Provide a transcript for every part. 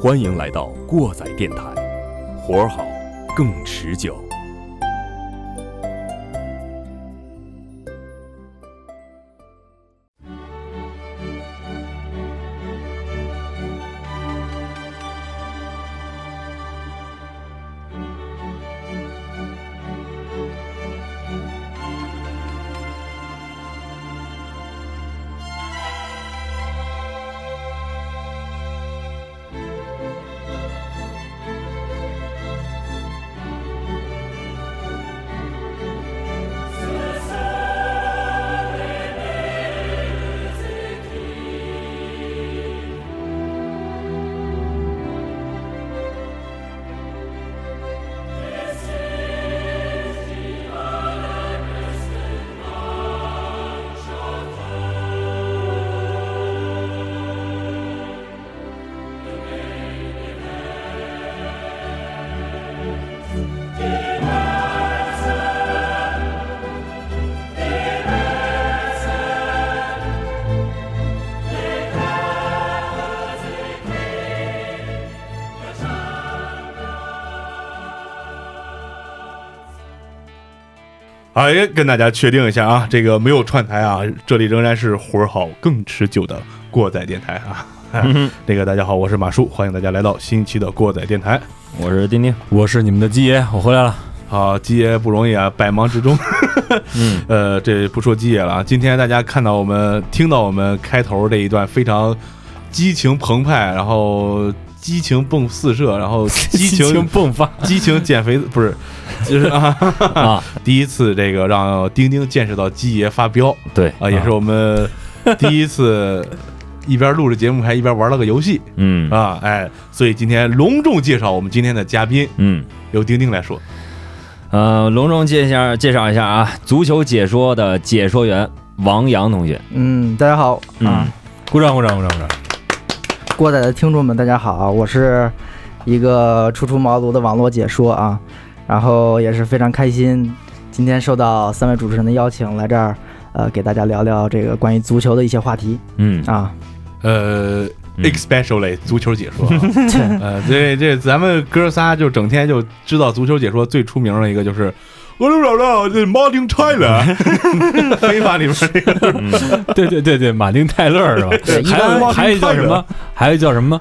欢迎来到过载电台，活儿好，更持久。好，也跟大家确定一下啊，这个没有串台啊，这里仍然是活儿好更持久的过载电台啊。 这个大家好，我是马叔，欢迎大家来到新一期的过载电台。我是丁丁，我是你们的鸡爷，我回 来了。好，基爷不容易啊，百忙之 中。嗯，呃，这不说基爷了啊，今天大家看到我们听到我们开头这一段非常激情澎湃，然后激情迸四射，然 后激情迸发激情减肥不是，就是啊， 啊！第一次这个让丁丁见识到基爷发飙对啊，也是我们第一次。一边录着节目，还一边玩了个游戏嗯啊！哎，所以今天隆重介绍我们今天的嘉宾，嗯，由丁丁来说。呃，隆重介绍介绍一下啊，足球解说的解说员王洋同学，嗯，大家好啊，鼓掌，鼓掌，鼓掌，鼓掌！过载的听众们，大家好，啊我是一个初出茅庐的网络解说啊，然后也是非常开心，今天受到三位主持人的邀请来这儿，呃，给大家聊聊这个关于足球的一些话题嗯啊。呃嗯，especially 足球解说啊，切呃，这这咱们哥仨就整天就知道足球解说最出名的一个就是。我就找到这 Martin Tyler，非法里面那个嗯对对对对，马丁泰勒是吧？对一还般有还有一叫看着什么？还有一叫什么？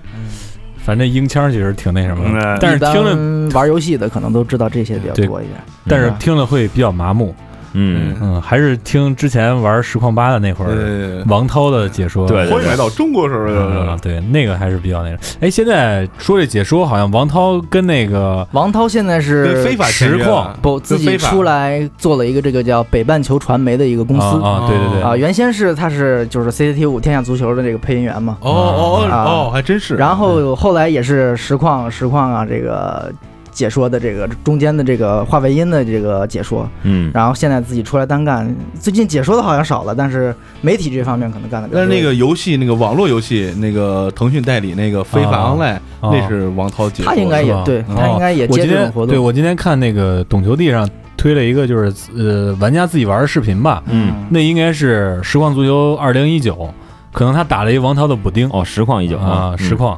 反正英腔其实挺那什么嗯的， 但是一般听了玩游戏的可能都知道这些比较对多一点。但是听了会比较麻木。嗯，嗯，还是听之前玩实况八的那会儿呃，王涛的解说。对欢迎来到中国时候啊，对，那个还是比较那个。哎，现在说这解说，好像王涛跟那个王涛现在跟非是法签约实况不自己非法出来做了一个这个叫北半球传媒的一个公哦司啊啊，对对对啊，原先是他是就是 CCTV 五天下足球的这个配音员嘛，哦哦啊哦，还真是。然后后来也是实况实况啊，这个解说的这个中间的这个话外音的这个解说，嗯，然后现在自己出来单干，最近解说的好像少了，但是媒体这方面可能干的。但是那个游戏，那个网络游戏，那个腾讯代理那个非法啊 online，啊那是王涛解说他的。应该也是吧对嗯他应该也我接今这种天活对动。我今天看那个懂球帝上推了一个就是呃玩家自己玩的视频吧，嗯那应该是实况足球二零一九，可能他打了一王涛的补丁哦，实况已久啊，实，况。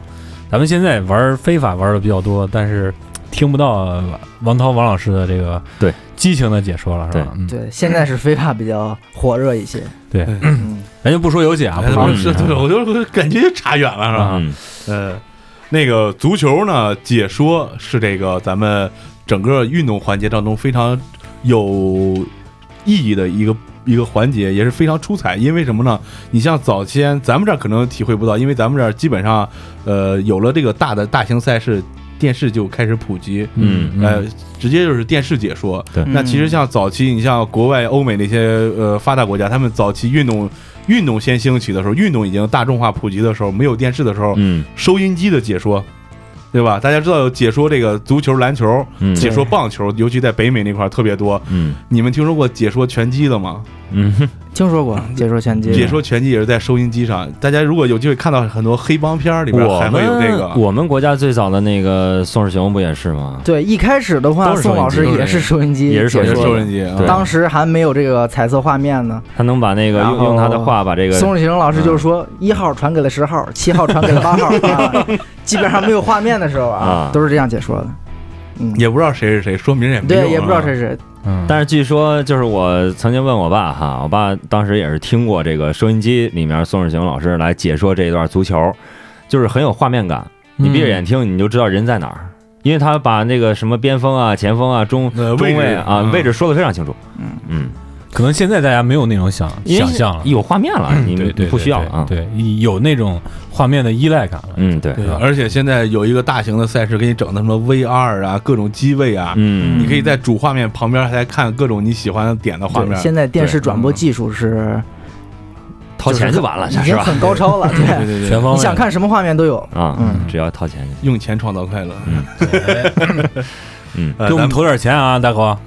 咱们现在玩非法玩的比较多，但是听不到王涛王老师的这个对激情的解说了，是吧对？嗯，对，现在是非法比较火热一些。对嗯，咱就不说游戏啊，不哎说我游戏是啊对，我就感觉差远了，是吧？嗯呃，那个足球呢，解说是这个咱们整个运动环节当中非常有意义的一个一个环节，也是非常出彩。因为什么呢？你像早先咱们这儿可能体会不到，因为咱们这儿基本上呃有了这个大的大型赛事，电视就开始普及。嗯呃，哎直接就是电视解说。对嗯那其实像早期，你像国外欧美那些呃发达国家，他们早期运动运动先兴起的时候，运动已经大众化普及的时候，没有电视的时候，嗯收音机的解说，对吧？大家知道有解说这个足球、篮球，嗯解说棒球，尤其在北美那块儿特别多。嗯你们听说过解说拳击的吗？嗯，听说过解说拳击，解说拳击也是在收音机上，大家如果有机会看到很多黑帮片儿里边我还会有这们个，我们国家最早的那个宋世雄不也是吗？对，一开始的话，都是收音宋机老师也是收音机也是解收也说的，是音收音机啊对。当时还没有这个彩色画面呢。他能把那个然用用他的后话把这个宋世雄老师嗯就是说，一号传给了十号，七号传给 了八号，啊基本上没有画面的时候啊啊，都是这样解说的。嗯，也不知道谁是谁，说明也没用啊对，也不知道谁是谁。嗯，但是据说，就是我曾经问我爸哈，我爸当时也是听过这个收音机里面宋世雄老师来解说这一段足球，就是很有画面感。你闭着眼听，你就知道人在哪儿，因为他把那个什么边锋啊、前锋啊、中呃中位置卫啊嗯位置说的非常清楚。嗯嗯，可能现在大家没有那种想因为想象了，啊有画面了，你对对不需要了啊。对，对有那种画面的依赖感了。嗯，对，对而且现在有一个大型的赛事给你整的什么 VR 啊，各种机位啊，嗯，你可以在主画面旁边还看各种你喜欢点的画对，面。现在电视对嗯转播技术是掏钱就完了，已是经吧？很高超 了，对对，对全对，方你位想看什么画面都有。啊，嗯只要掏钱就行。用钱创造快乐。 嗯，呃给我咱们投点钱啊，大哥，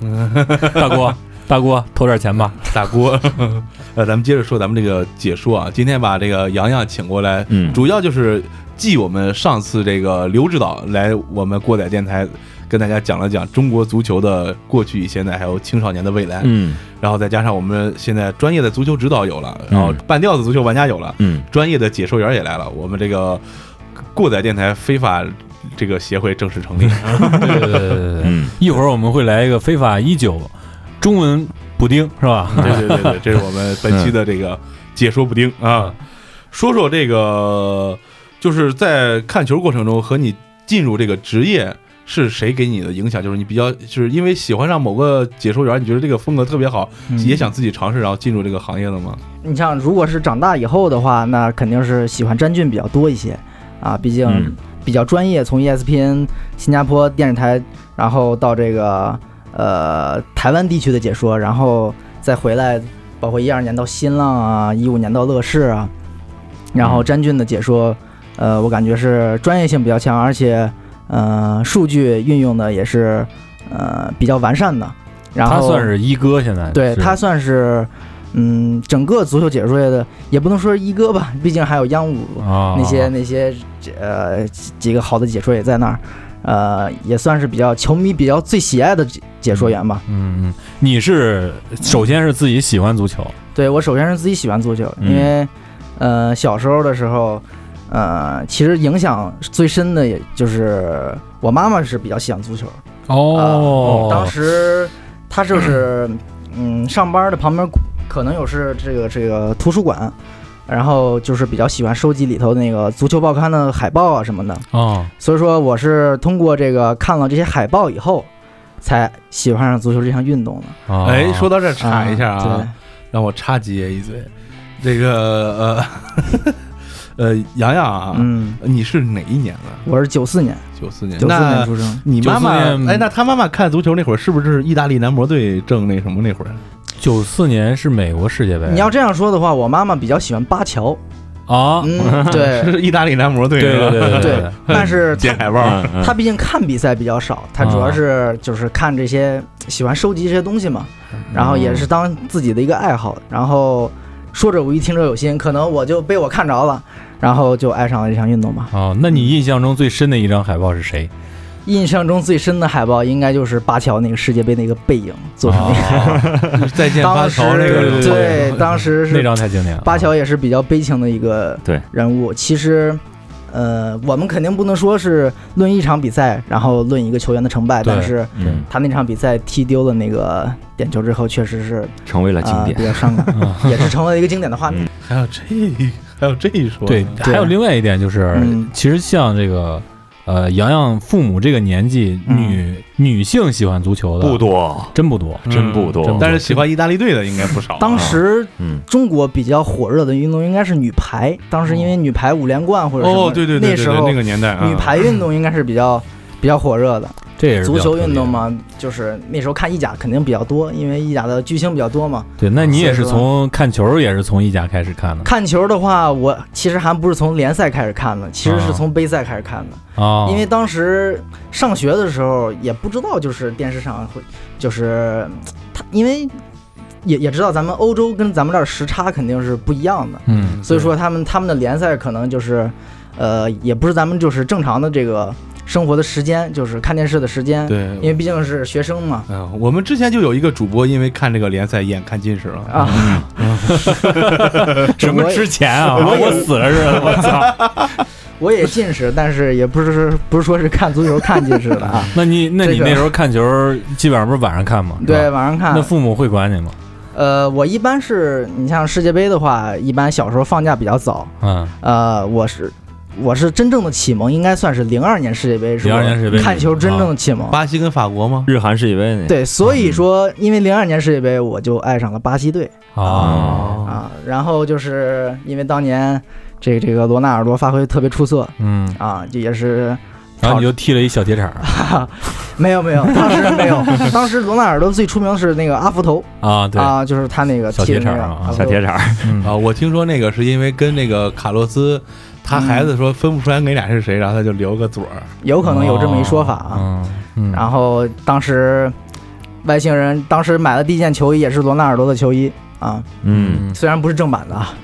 大哥，大哥，投点钱吧。大锅， 呃，咱们接着说咱们这个解说啊，今天把这个洋洋请过来，嗯主要就是继我们上次这个刘指导来我们过载电台跟大家讲了讲中国足球的过去、现在还有青少年的未来，嗯然后再加上我们现在专业的足球指导有了，然后半吊子足球玩家有了，嗯，专业的解说员也来了，我们这个过载电台非法这个协会正式成立，啊对对对对对对，嗯， 一会儿我们会来一个非法一九中文补丁是吧？对对对对，这是我们本期的这个解说补丁啊，说说这个就是在看球过程中和你进入这个职业是谁给你的影响？就是你比较就是因为喜欢上某个解说员，你觉得这个风格特别好，嗯也想自己尝试，然后进入这个行业的吗？你像，如果是长大以后的话，那肯定是喜欢詹俊比较多一些啊，毕竟嗯比较专业，从 E ESPN 新加坡电视台，然后到这个呃台湾地区的解说，然后再回来，包括一二年到新浪啊，一五年到乐视啊，然嗯后詹俊的解说，呃，我感觉是专业性比较强，而且呃数据运用的也是呃比较完善的。然后他算是一哥，现在对是他算是，嗯，整个足球解说业的，也不能说是一哥吧，毕竟还有央五、啊那些那些呃几几个好的解说也在那儿，呃，也算是比较球迷比较最喜爱的解解说员吧。嗯，嗯，你是首先是自己喜欢足球，对我首先是自己喜欢足球，嗯因为呃小时候的时候。呃，其实影响最深的，也就是我妈妈是比较喜欢足球，哦啊当时他就是嗯，上班的旁边可能有是这个这个图书馆，然后就是比较喜欢收集里头那个足球报刊的海报啊什么的，哦，所以说我是通过这个看了这些海报以后，才喜欢上足球这项运动的。哦哎，说到这儿插一下啊啊，让我插杰一嘴，这个呃 呃，洋洋啊对，，嗯，你是哪一年的？我是九四年，九四年，九四年那出生，你妈妈94年哎，那她妈妈看足球那会儿，是不是意大利男模队正那什么那会儿？啊九四年是美国世界杯，你要这样说的话，我妈妈比较喜欢巴乔，啊，嗯， 对，是意大利男模队对对是吧对对，但是她剪海报儿，嗯他毕竟看比赛比较少，他主要是就是看这些，喜欢收集这些东西嘛，然后也是当自己的一个爱好，然后说者无意，听者有心，可能我就被我看着了，然后就爱上了这项运动吧。哦，那你印象中最深的一张海报是谁？印象中最深的海报应该就是巴乔那个世界杯那个背影做哦成那个，再见巴当时乔那个是对吧对，当时那 是张太经典了。巴乔也是比较悲情的一个对人物。其实，呃，我们肯定不能说是论一场比赛，然后论一个球员的成败，对但是。嗯，他那场比赛踢丢了那个点球之后，确实是成为了经啊、典比。较伤感，也是成为了一个经典的画面。还有这还有这一说，对，还有另外一点就是，嗯其实像这个呃，洋洋父母这个年纪，嗯女女性喜欢足球的多，真不多。嗯真不多真不多但是喜欢意大利队的应该不少啊。当时嗯，中国比较火热的运动应该是女排，当时因为女排五连冠或者什么，哦，对对对对那对时候那个年代啊，女排运动应该是比较比较火热的。这也是比足较球特别运动？嘛，就是那时候看意甲肯定比较多，因为意甲的巨星比较多嘛。对，那你也是所以从看球也是从意甲开始看的看球的话，我其实还不是从联赛开始看的，其实是从杯赛开始看的。啊？因为当时上学的时候也不知道，就是电视上会，就是嗯他因为也也知道咱们欧洲跟咱们这儿时差肯定是不一样的，嗯所以说他们他们的联赛可能就是，呃，也不是咱们就是正常的这个生活的时间，就是看电视的时间，对，因为毕竟是学生嘛。嗯、我们之前就有一个主播因为看这个联赛眼看近视了，啊， 什么我也之前啊，我死了似的，我操！我也近视，但是也不是不是说是看足球看近视的啊。 那你那你这个那时候看球，基本上不是晚上看吗？是吧 对，，晚上啊那看。父母会管你吗？呃，我一般是你像世界杯的话，一般小时候放假比较早。嗯，呃，我是我是真正的启蒙，应该算是零二年世界杯，是02年世界杯啊我看球真正的启蒙。巴西跟法国吗？日韩世界杯那对，所以嗯说，因为零二年世界杯，我就爱上了巴西队哦，啊。然后就是因为当年这个这个罗纳尔多发挥特别出色嗯，啊，这也是然后你就踢了一小铁铲啊儿 没有没 有，当时没有，当时罗纳尔多最出名的是那个阿福头啊，对，啊，就是他那个小踢的铁那铲个儿啊阿福小头铁铲儿，嗯啊，我听说那个是因为跟那个卡洛斯，他孩子说分不出来哪俩是谁，然后他就留个嘴儿。有可能有这么一说法啊。哦，嗯，然后当时外星人当时买的第一件球衣也是罗纳尔多的球衣啊，嗯，虽然不是正版的啊，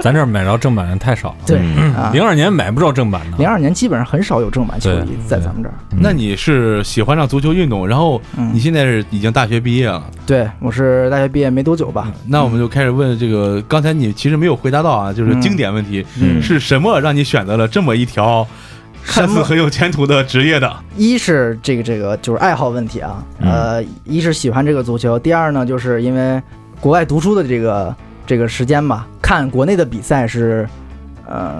咱这儿买着正版的太少了，对嗯啊，零二年买不着正版的，零二年基本上很少有正版球衣对在咱们这儿。嗯那你是喜欢上足球运动，然后你嗯，现在是已经大学毕业了，对我是大学毕业没多久吧，那我们就开始问这个，刚才你其实没有回答到啊，就是经典问题，嗯是什么让你选择了这么一条看似很有前途的职业的？一是这个这个就是爱好问题啊，嗯呃，一是喜欢这个足球，第二呢就是因为国外读书的这个这个时间吧，看国内的比赛是，呃，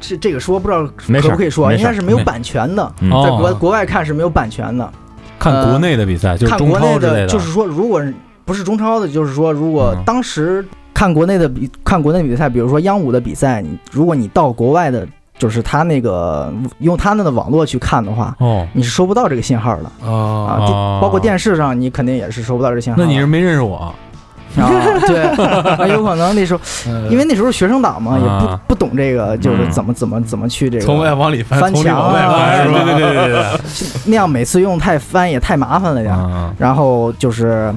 这这个说不知道没事可不可以说啊，没应事该是没有没版权的，嗯在哦国国外看是没有版权的。看国内的比赛，就是看中国内超之类就是说，如果不是中超的，就是说，如果嗯当时看国内的比看国内比赛，比如说央五的比赛，你如果你到国外的，就是他那个用他那的网络去看的话，哦，你是收不到这个信号啊的啊，就哦包括电视上你肯定也是收不到这个信号的。那你是没认识我，啊， 对， 啊那有可能那时候呃嗯因为那时候学生党嘛，也啊不不懂这个，就是嗯怎么怎么怎么去这个从外往里翻，翻从里墙往外啊翻，是吧？对对对对 那样每次用太翻也太麻烦了对，呀。啊，然后就是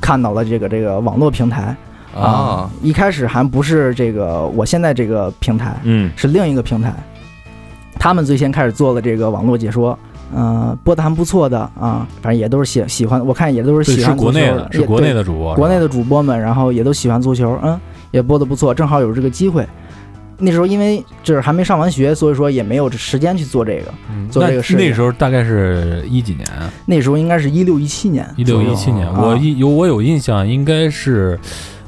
看到了这个这个网络平台。啊，一开始还不是这个我现在这个平台，嗯是另一个平台，他们最先开始做了这个网络解说。嗯、播的还不错的啊，反正也都是喜喜欢，我看也都是对喜是欢足国球内的，是也国内对的主播，国内的主播们，然后也都喜欢足球，嗯，也播的不错，正好有这个机会。那时候因为就是还没上完学，所以说也没有这时间去做这个。嗯做这个事那业那时候大概是一几年啊？那时候应该是一六一七年一左六右，一七年，啊我一有我有印象，应该是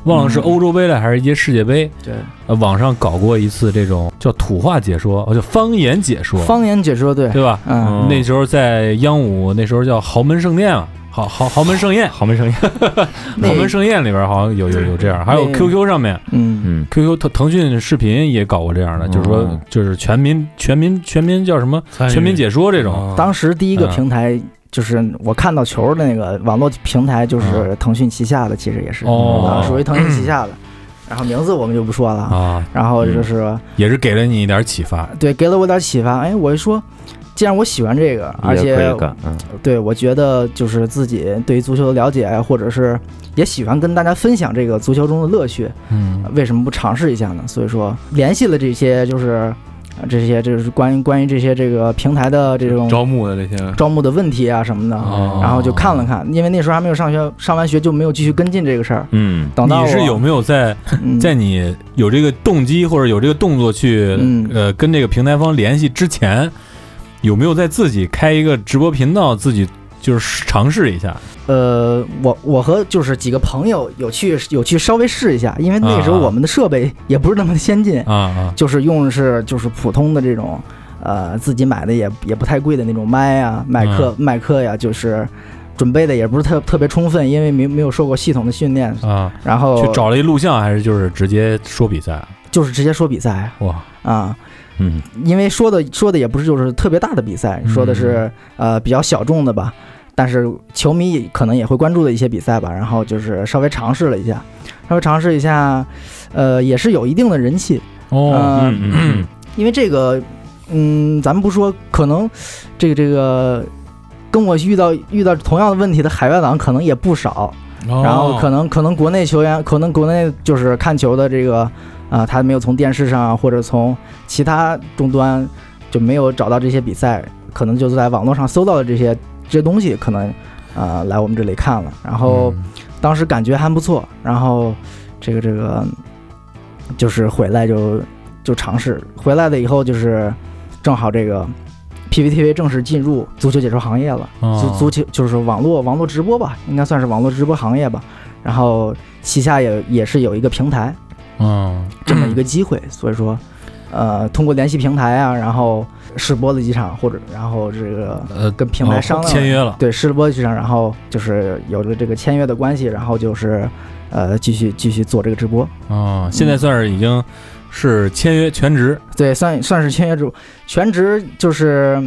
忘了是嗯欧洲杯了还是一届世界杯，对呃，网上搞过一次这种叫土话解说，哦，叫方言解说，方言解说对，对吧？嗯，嗯那时候在央五，那时候叫豪门盛宴啊，豪豪豪门盛宴，好没声音，哦那豪门盛宴里边好像有有有这样，还有那 QQ 上面嗯嗯，QQ 腾腾讯视频也搞过这样的，就是说哦嗯就是全民全民全民叫什么哎参与全民解说这种，啊当时第一个嗯平台就是我看到球的那个网络平台，就是嗯腾讯旗下的，其实也是哦啊，属于腾讯旗下 的。然后名字我们就不说了啊，啊，然后嗯就是也是给了你一点启发，对给了我点启发。哎，我一说，既然我喜欢这个，而也可且以干，嗯对我觉得就是自己对于足球的了解，或者是也喜欢跟大家分享这个足球中的乐趣，嗯为什么不尝试一下呢？所以说联系了这些就是呃这些就是关于关于这些这个平台的这种招募的这些招募的问题啊什么的，哦然后就看了看，因为那时候还没有上学，上完学就没有继续跟进这个事儿。嗯等到嗯你是有没有在在在你有这个动机或者有这个动作去、嗯呃跟这个平台方联系之前，有没有在自己开一个直播频道，自己就是尝试一下？呃，我我和就是几个朋友有去有去稍微试一下，因为那时候啊啊我们的设备也不是那么先进，啊啊，就是用的是就是普通的这种呃自己买的也也不太贵的那种麦嗯啊麦克、麦克呀，就是准备的也不是特特别充分，因为没没有受过系统的训练，啊，然后去找了一录像，还是就是直接说比赛？就是直接说比赛哇，啊。嗯因为说的说的也不是就是特别大的比赛，嗯说的是呃比较小众的吧，但是球迷也可能也会关注的一些比赛吧。然后就是稍微尝试了一下，稍微尝试一下，呃，也是有一定的人气。哦，呃，嗯嗯因为这个，嗯，咱们不说，可能这个这个跟我遇到遇到同样的问题的海外党可能也不少。嗯哦然后可能可能国内球员，可能国内就是看球的这个，啊，他没有从电视上或者从其他终端就没有找到这些比赛，可能就是在网络上搜到的这些这些东西，可能呃来我们这里看了，然后嗯当时感觉还不错，然后这个这个嗯就是回来就就尝试，回来了以后就是正好这个 PPTV 正式进入足球解说行业了。足足足球就是网络网络直播吧，应该算是网络直播行业吧。然后旗下也也是有一个平台嗯这么一个机会，所以说，呃，通过联系平台啊，然后试播了几场，或者然后这个呃跟平台商量、签约了，对试播了几场，然后就是有了这个签约的关系，然后就是呃继续继续做这个直播。嗯，现在算是已经是签约全职，对，算算是签约主全职就是，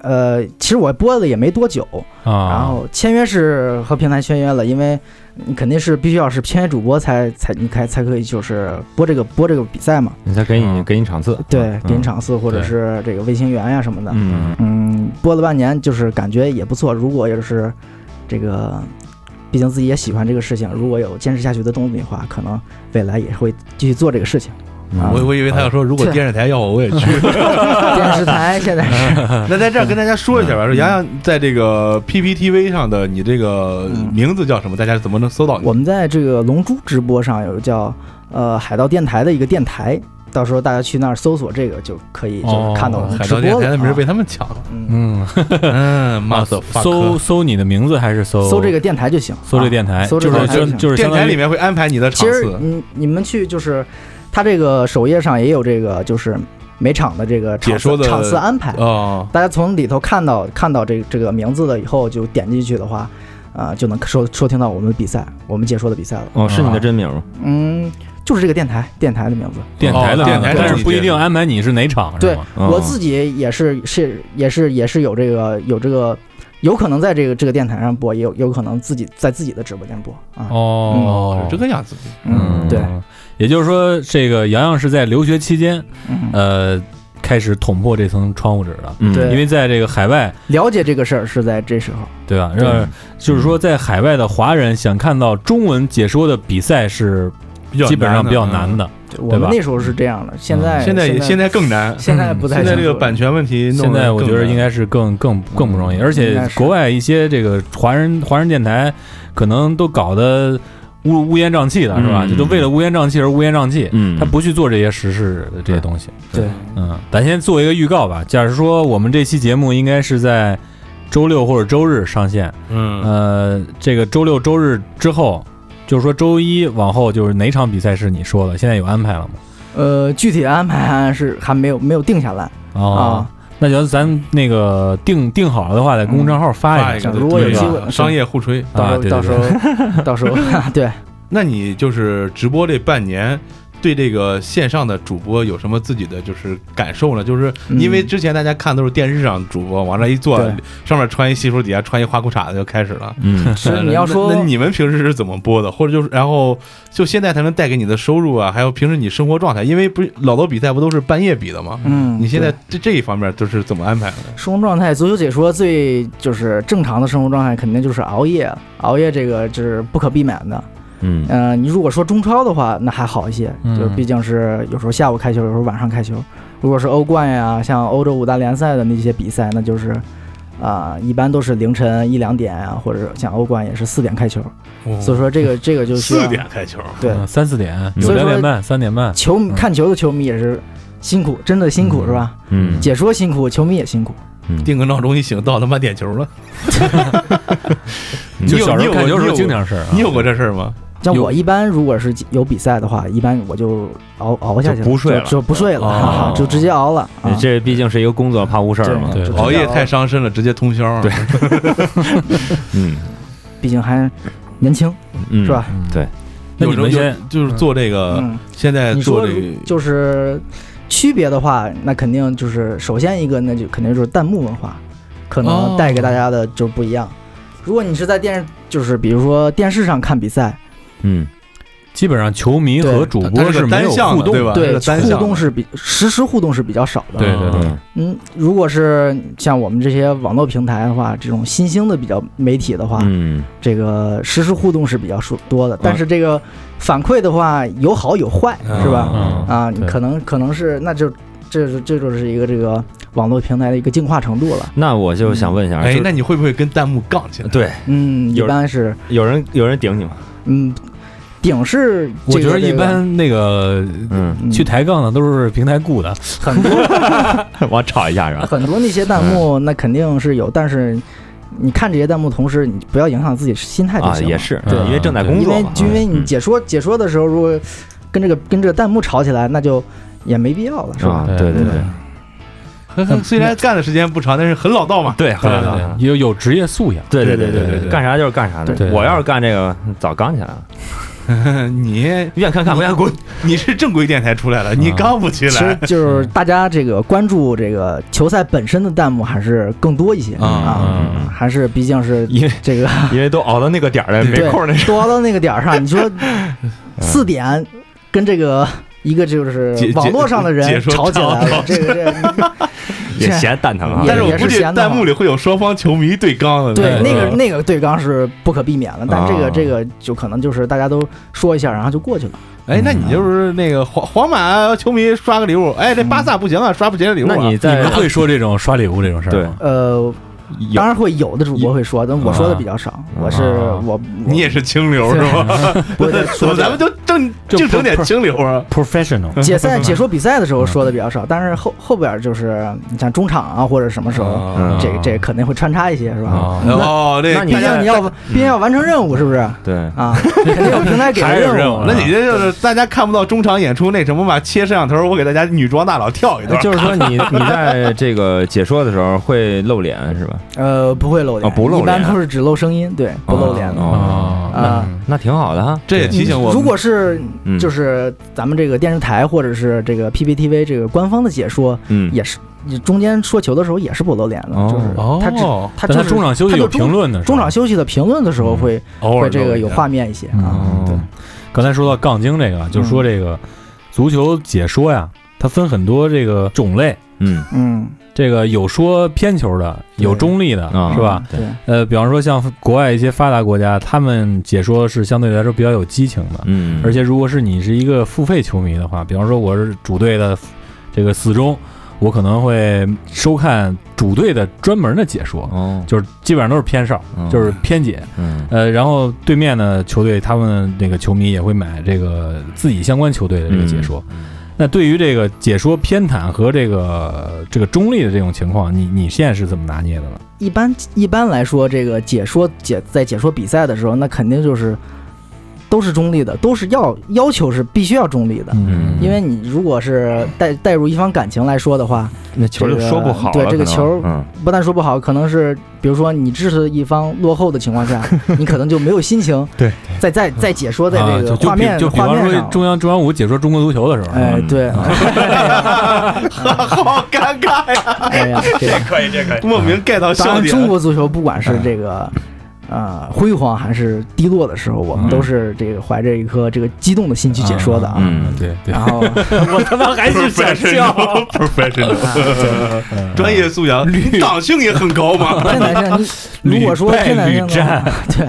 呃，其实我播了也没多久，啊，然后签约是和平台签约了，因为你肯定是必须要是签约主播才才你才才可以就是播这个播这个比赛嘛，你才给你嗯给你场次，对，给你嗯，场次或者对是这个卫星员呀什么的，嗯，嗯，播了半年就是感觉也不错，如果要是这个。毕竟自己也喜欢这个事情，如果有坚持下去的动力的话，可能未来也会继续做这个事情。嗯啊我我以为他要说，如果对电视台要我，我也去。电视台现在是那在这儿跟大家说一下吧，说洋洋在这个 PPTV 上的你这个嗯名字叫什么？大家怎么能搜到你我？们在这个龙珠直播上有叫呃海盗电台的一个电台，到时候大家去那儿搜索这个就可以，就是看到我们哦海直盗播电了。台的名儿啊被他们抢了。嗯，嗯， 嗯，motherfucker，搜搜你的名字还是哦搜搜这个电台就行，搜这个啊。电台，搜这就个是电台就就行就是电相台当里于面会安排你的其场实次。你你们去就是，它这个首页上也有这个就是每场的这个场解说次的场次安排，哦，大家从里头看到看到这这个名字了以后就点进去的话。啊、就能收收听到我们的比赛，我们解说的比赛了。哦，是你的真名吗？嗯，就是这个电台，电台的名字。电台的啊哦电台上但是你不一接定安排你是哪场，是对吗？哦我自己也是是也是也是有这个有这个，有可能在这个这个电台上播，也有有可能自己在自己的直播间播啊。哦哦，是这个样子。嗯，对，嗯，也就是说，这个洋洋是在留学期间，嗯，呃，开始捅破这层窗户纸了，嗯，对因为在这个海外，了解这个事儿是在这时候。对吧？嗯让就是说，在海外的华人想看到中文解说的比赛是比较基本上比较难难的。的，对我们吧那时候是这样的，现在嗯现在也现在在更难。现在不太现在这个清楚版权问题弄得现在我觉得更难嗯应该是更更更不容易，而应且该是国外一些这个华人华人电台可能都搞得乌乌烟瘴气的，是吧？嗯就都为了乌烟瘴气而乌烟瘴气，嗯，他不去做这些实事的这些东西。对，嗯，咱先做一个预告吧。假如说我们这期节目应该是在周六或者周日上线，嗯，呃，这个周六周日之后，就是说周一往后就是哪场比赛是你说的？现在有安排了吗？呃，具体的安排是还没有没有定下来哦啊，。那就咱那个定定好了的话，在公众账号发嗯发一一个个。如果有对吧机会商业互吹。啊到时候对到对时候 到时 候对，那你就是直播这半年，对这个线上的主播有什么自己的就是感受呢？就是因为嗯之前大家看都是电视上主播往那一坐对，上面穿一西服，底下穿一花裤衩的就开始了。嗯，是呃你要说那那你们平时是怎么播的？或者就是然后就现在才能带给你的收入啊，还有平时你生活状态，因为不是老多比赛不都是半夜比的吗？嗯，你现在对这这一方面都是怎么安排的？生活状态，足球解说最就是正常的生活状态，肯定就是熬夜，熬夜这个就是不可避免的。嗯，嗯、你如果说中超的话，那还好一些，嗯就是毕竟是有时候下午开球，有时候晚上开球。如果是欧冠呀，像欧洲五大联赛的那些比赛，那就是啊、一般都是凌晨一两点啊，或者像欧冠也是四点开球。所以哦说这个这个就啊需要四点开球，对嗯三四点，嗯有两点半、三点半。球嗯看球的球迷也是辛苦，真的辛苦、嗯是吧？嗯，解说辛苦，球迷也辛苦。定个闹钟一醒到他妈点球了。啊嗯你就有小时你有候看过球的你时候有经常事儿啊，你有过这事儿吗？像有我一般如果是有比赛的话，一般我就熬熬下去就不睡了就就不睡了，哦哈哈就直接熬了。啊你这毕竟是一个工作，怕误事儿嘛。对就直接熬夜太伤身了，直接通宵。啊对，嗯毕竟还年轻，嗯，是吧？？嗯对。那你们有时候先就就是做这个，嗯，现在你做说这个如就是区别的话，那肯定就是首先一个，那就肯定就是弹幕文化，可哦能带给大家的就不一样。如果你是在电视，就是比如说电视上看比赛，嗯，基本上球迷和对主它播是个没单有向互的动对吧对它是单互向动的是比实时互动是比较少的。对对对，嗯嗯，如果是像我们这些网络平台的话，这种新兴的比较媒体的话，嗯，这个实时互动是比较数多的。但是嗯这个反馈的话，有好有坏，是吧？嗯啊，对可能可能是那就这是这就是一个这个网络平台的一个进化程度了。那我就想问一下，哎就，那你会不会跟弹幕杠起来？对，嗯，一有般是有人有人顶你吗？嗯，顶是我这觉个得一这个般那个嗯，嗯去抬杠的都是平台 雇的，很多 我吵一架是 吧？很多那些弹嗯幕，那肯定是有，但是你看这些弹幕，同时你不要影响自己心态就啊，行了。也是，对因为正在工因作为嘛，因为你嗯解说解说的时候，如果跟这个跟这个弹幕吵起来，那就也没必要了，是啊吧？，对对对对呵嗯呵嗯虽然干的时间不长，但是很老道嘛。对，很对好对很好对，有有职业素养。对对对对对对对干啥就是干啥的。对我要是干这个，早杠起来 了。你愿看看不愿滚。 你是正规电台出来的，你杠不起其实来。就是大家这个关注这个球赛本身的弹幕还是更多一些嗯啊，嗯，还是毕竟是因为这个因为都熬到那个点儿了， 没对空儿那时多到那个点儿上，你说四点跟这个一个就是解解网络上的解人说吵起来了，这个这个候也嫌蛋疼啊。也嗯但是我也是估计闲的弹慌幕里会有双方球迷对杠的。对 对那个对那个对刚是不可避免的，但这嗯啊个这个就可能就是大家都说一下，然后就过去了。哎，那你就是那个皇皇马球迷刷个礼物，哎，这巴萨不行啊，刷不起来礼物 啊。那你你在们会说这种刷礼物这种事儿吗？呃，有当然会有的主播会说，但我说的比较少，我是啊我你也是清流是吧？我我得怎说么这 咱们个。都正就净整点不是清流啊？ professional， 解赛解说比赛的时候说的比较少，但是后后边就是你像中场啊或者什么时候，嗯这个这个肯定会穿插一些，是吧？啊哦，这那毕你竟你要毕竟要完成任务，是不是？ 对，啊，肯定有平台给还的有任务啊务。那你这就是大家看不到中场演出那什么嘛，切摄像头，我给大家女装大佬跳一段。就是说你你在这个解说的时候会露脸是吧？呃，不会露脸，啊不露一般脸都是只露声音，对，不露脸的。哦，啊嗯那挺好的哈。这也提醒我，如果是嗯就是咱们这个电视台或者是这个 PPTV 这个官方的解说，嗯，也是你中间说球的时候也是不露脸的，哦就是哦，他只他但就他是中场休息他就有评论的是吧，中嗯场休息的评论的时候会偶尔会这露个一有下画面一些啊，嗯对。刚才说到杠精这个，就说这个足球解说呀，它分很多这个种类，嗯嗯，这个有说偏球的，对有中立的啊，是吧？？对，呃，比方说像国外一些发达国家，他们解说是相对来说比较有激情的，嗯，而且如果是你是一个付费球迷的话，比方说我是主队的这个死忠，我可能会收看主队的专门的解说，哦，就是基本上都是偏少，嗯就是偏解。嗯呃，然后对面的球队，他们那个球迷也会买这个自己相关球队的这个解说。嗯那对于这个解说偏袒和这个这个中立的这种情况，你你现在是怎么拿捏的了？一般一般来说，这个解说解在解说比赛的时候，那肯定就是都是中立的，都是要要求是必须要中立的。嗯因为你如果是带带入一方感情来说的话，那球就说不好了，这个对这个可能球嗯不但说不好，可能是比如说你支持一方落后的情况 下，你可能就没有心情对再再再解说在啊，这就个就画比面就比画方面说上。中嗯央中央五解说中国足球的时候，啊哎，对， 好尴尬呀！哎呀，这个 可以，这可以，莫名 get 到当笑然，中点。国足球不管是这个呃辉煌还是低落的时候，我们都是这个怀着一颗这个激动的心去解说的啊。嗯对对然后我他妈还 ，professional，专业素养，你党性也很高嘛。偏男性，你如果说屡败偏男屡性的话， 对，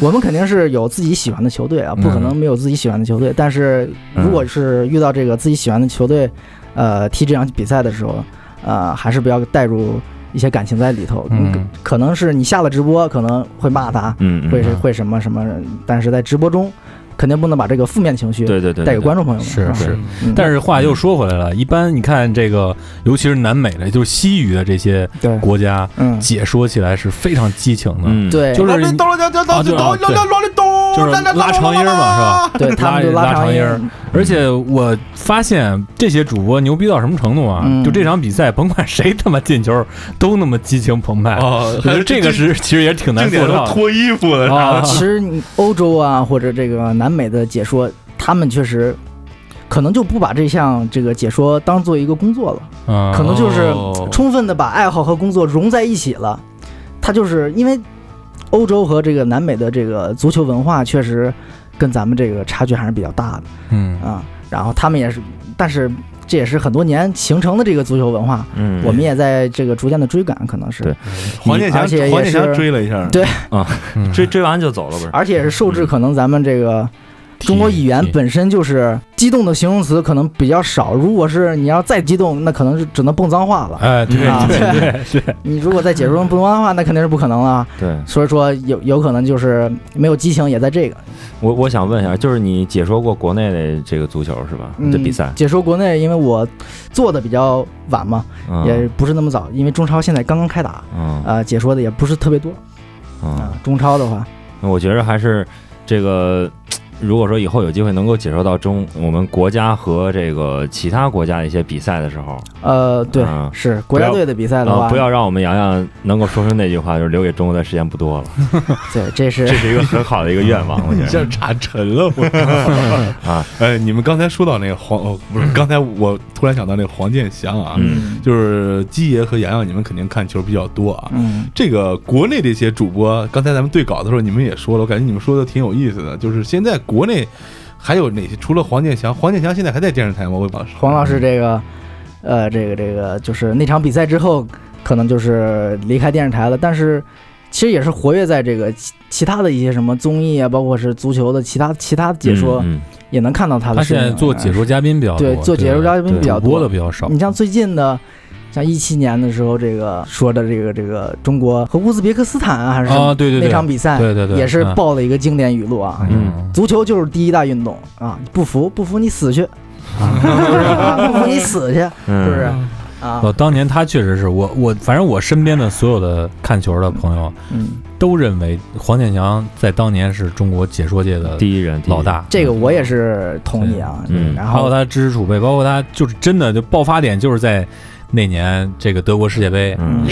我们肯定是有自己喜欢的球队啊，不可能没有自己喜欢的球队。但是如果是遇到这个自己喜欢的球队，呃，踢这场比赛的时候，呃，还是不要带入一些感情在里头。嗯可可能是你下了直播，可能会骂他，嗯，嗯会是会什么什么，但是在直播中，肯定不能把这个负面情绪对对对，带给观众。众朋友们。是是。嗯，但是话又说回来了，一般你看这个，尤其是南美的，就是西语的这些对，国家，嗯，解说起来是非常激情的。嗯，，对， 就是啊咚咚咚咚咚咚咚咚咚，就是拉长音儿嘛，是吧？对他们就拉拉长长音音儿儿，而且我发现这些主播牛逼到什么程度啊？嗯就这场比赛，甭管谁他妈进球，都那么激情澎湃。哦，哎我觉得这个是是其实也挺难经典做的到的。脱衣服的，啊， 其实你欧洲啊，或者这个南美的解说，他们确实可能就不把这项这个解说当做一个工作了，嗯 可能就是哦充分的把爱好和工作融在一起了。他就是因为欧洲和这个南美的这个足球文化确实跟咱们这个差距还是比较大的嗯啊、然后他们也是，但是这也是很多年形成的这个足球文化，嗯，我们也在这个逐渐的追赶，可能是对黄健翔而且也，是黄健翔追了一下，对嗯追追完就走了，不是？而且也是受制，可能咱们这个体中国语言本身就是激动的形容词可能比较少，如果是你要再激动，那可能是只能蹦脏话了。哎，对啊对 对是，你如果在解说中蹦脏话，那肯定是不可能了。对所以说有有可能就是没有激情，也在这个。我我想问一下，就是你解说过国内的这个足球是吧？嗯，这比赛解说国内，因为我做的比较晚嘛，啊嗯也不是那么早，因为中超现在刚刚开打，嗯呃，解说的也不是特别多啊嗯。，中超的话，我觉着还是这个，如果说以后有机会能够解说到中我们国家和这个其他国家的一些比赛的时候，呃，对啊，是国家队的比赛的啊，话，不要让我们洋洋能够说出那句话，就是留给中国的时间不多了，对，这是这是一个很好的一个愿望，我觉一下得。差沉了，我啊！哎，你们刚才说到那个黄，哦，不是，刚才我突然想到那个黄健翔啊，嗯就是鸡爷和洋洋，你们肯定看球比较多啊。嗯这个国内这些主播，刚才咱们对稿的时候，你们也说了，我感觉你们说的挺有意思的。就是现在国内还有哪些？除了黄健翔，黄健翔现在还在电视台吗？魏老师，黄老师嗯这个，呃，这个这个就是那场比赛之后，可能就是离开电视台了，但是其实也是活跃在这个其其他的一些什么综艺啊，包括是足球的其他其他 解说，嗯也能看到他他的身现影。啊在做解说嘉宾比较多，对做解说嘉宾比较主播的多。比较少你，像最近的，像一七年的时候，这嗯个说的这个这个中国和乌兹别克斯坦啊，还是什啊，么对对对，那场比赛，对对对也是嗯爆了一个经典语录啊。嗯足球就是第一大运动啊！不服不服你死 去，不服你死去，是嗯，不是？啊？哦，当年他确实是我我，反正我身边的所有的看球的朋友嗯，都认为黄健翔在当年是中国解说界的第一人，第一人老，大。这个我也是同意啊。嗯然包括后他的知识储备，包括他就是真的就爆发点就是在那年这个德国世界杯嗯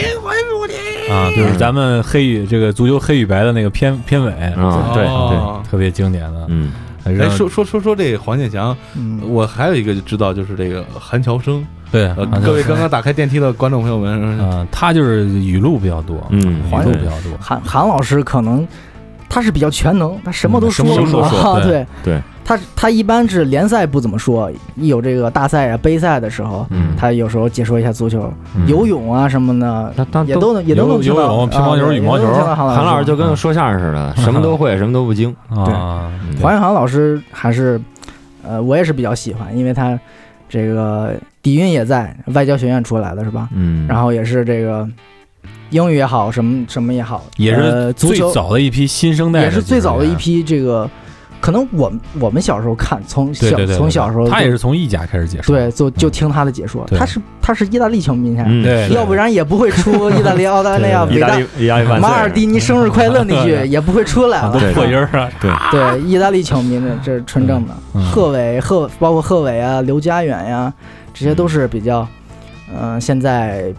啊，就是咱们黑与这个足球黑与白的那个片片尾，嗯啊，对对，哦特别经典的。嗯还哎，让说说说说这黄健翔，嗯，我还有一个就知道，就是这个韩乔生。对呃，啊各位刚刚打开电梯的观众朋友们， 啊，他就是语录比较多，嗯，语录比对较多。韩韩老师可能他是比较全能，他什么都嗯什么说都说啊。对对对，他他一般是联赛不怎么说，一有这个大赛啊、杯赛的时候，嗯，他有时候解说一下足球、嗯游泳啊什么的，他当也都能也都能游知道。游泳啊乒乓球对羽毛也都能球听到韩韩老老师师就说跟说相声似 的，什么都会，什么都不精。啊，嗯黄，远航老师还是，呃，我也是比较喜欢，因为他这个底蕴也在，外交学院出来的是吧？嗯，然后也是这个英语也好，什么什么也好，也是呃足最球早的一批新生代，也是最早的一。批这个，可能我们我们小时候看，从小对对对，从小时候他就也是从意甲开始解说，对，就就嗯听他的解说，对他是他是意大利球迷，你看，嗯，对，要不然也不会出意大利、澳大利亚、意对伟大大利。，意大利万岁马尔蒂尼生日快乐那句也不会出来啊都了，对破音儿啊，对，对，意大利球迷呢，这是纯正的。嗯嗯贺炜、贺包括贺炜啊、刘佳远呀、这些都是比较，嗯、现在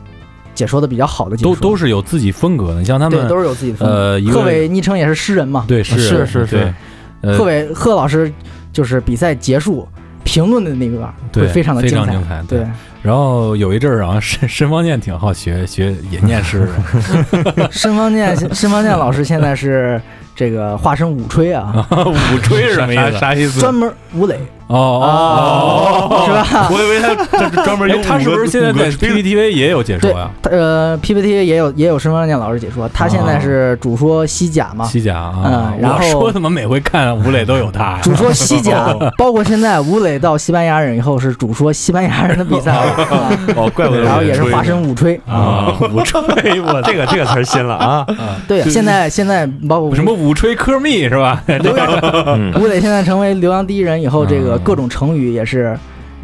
解说的比较好的解都说，都是有自己风格的。你像他对，们都是有自己的风格。呃，一贺个炜昵称也是诗人嘛，对是是是是对呃贺炜贺老师就是比赛结束评论的那一段，对会常的非常彩。精彩对，然后有一阵儿啊，申申方健挺好学学也念诗 的，申方健，申方健老师现在是这个化身武吹啊，武吹是什么意啥思？啥意思？专门武磊哦哦，啊，是吧？我以为他他是专门有哎，五个他是不是现在五个在吹的 PPTV 也有解说呀？他呃，PPT 也有也有申方健老师解说，他现在是主说西甲嘛，哦西甲啊，嗯然我后说怎么每回看啊吴磊都有他主说西甲，哦包括现在吴磊到西班牙人以后是主说西班牙人的比赛了，啊哦，怪不得然后也是吹化身武吹。啊？ 武哎吹我 这个这个词儿新了啊，对，现在现在包括什么武吹科密是吧？刘洋， 嗯吴磊现在成为刘洋第一人以后，这个嗯各种成语也是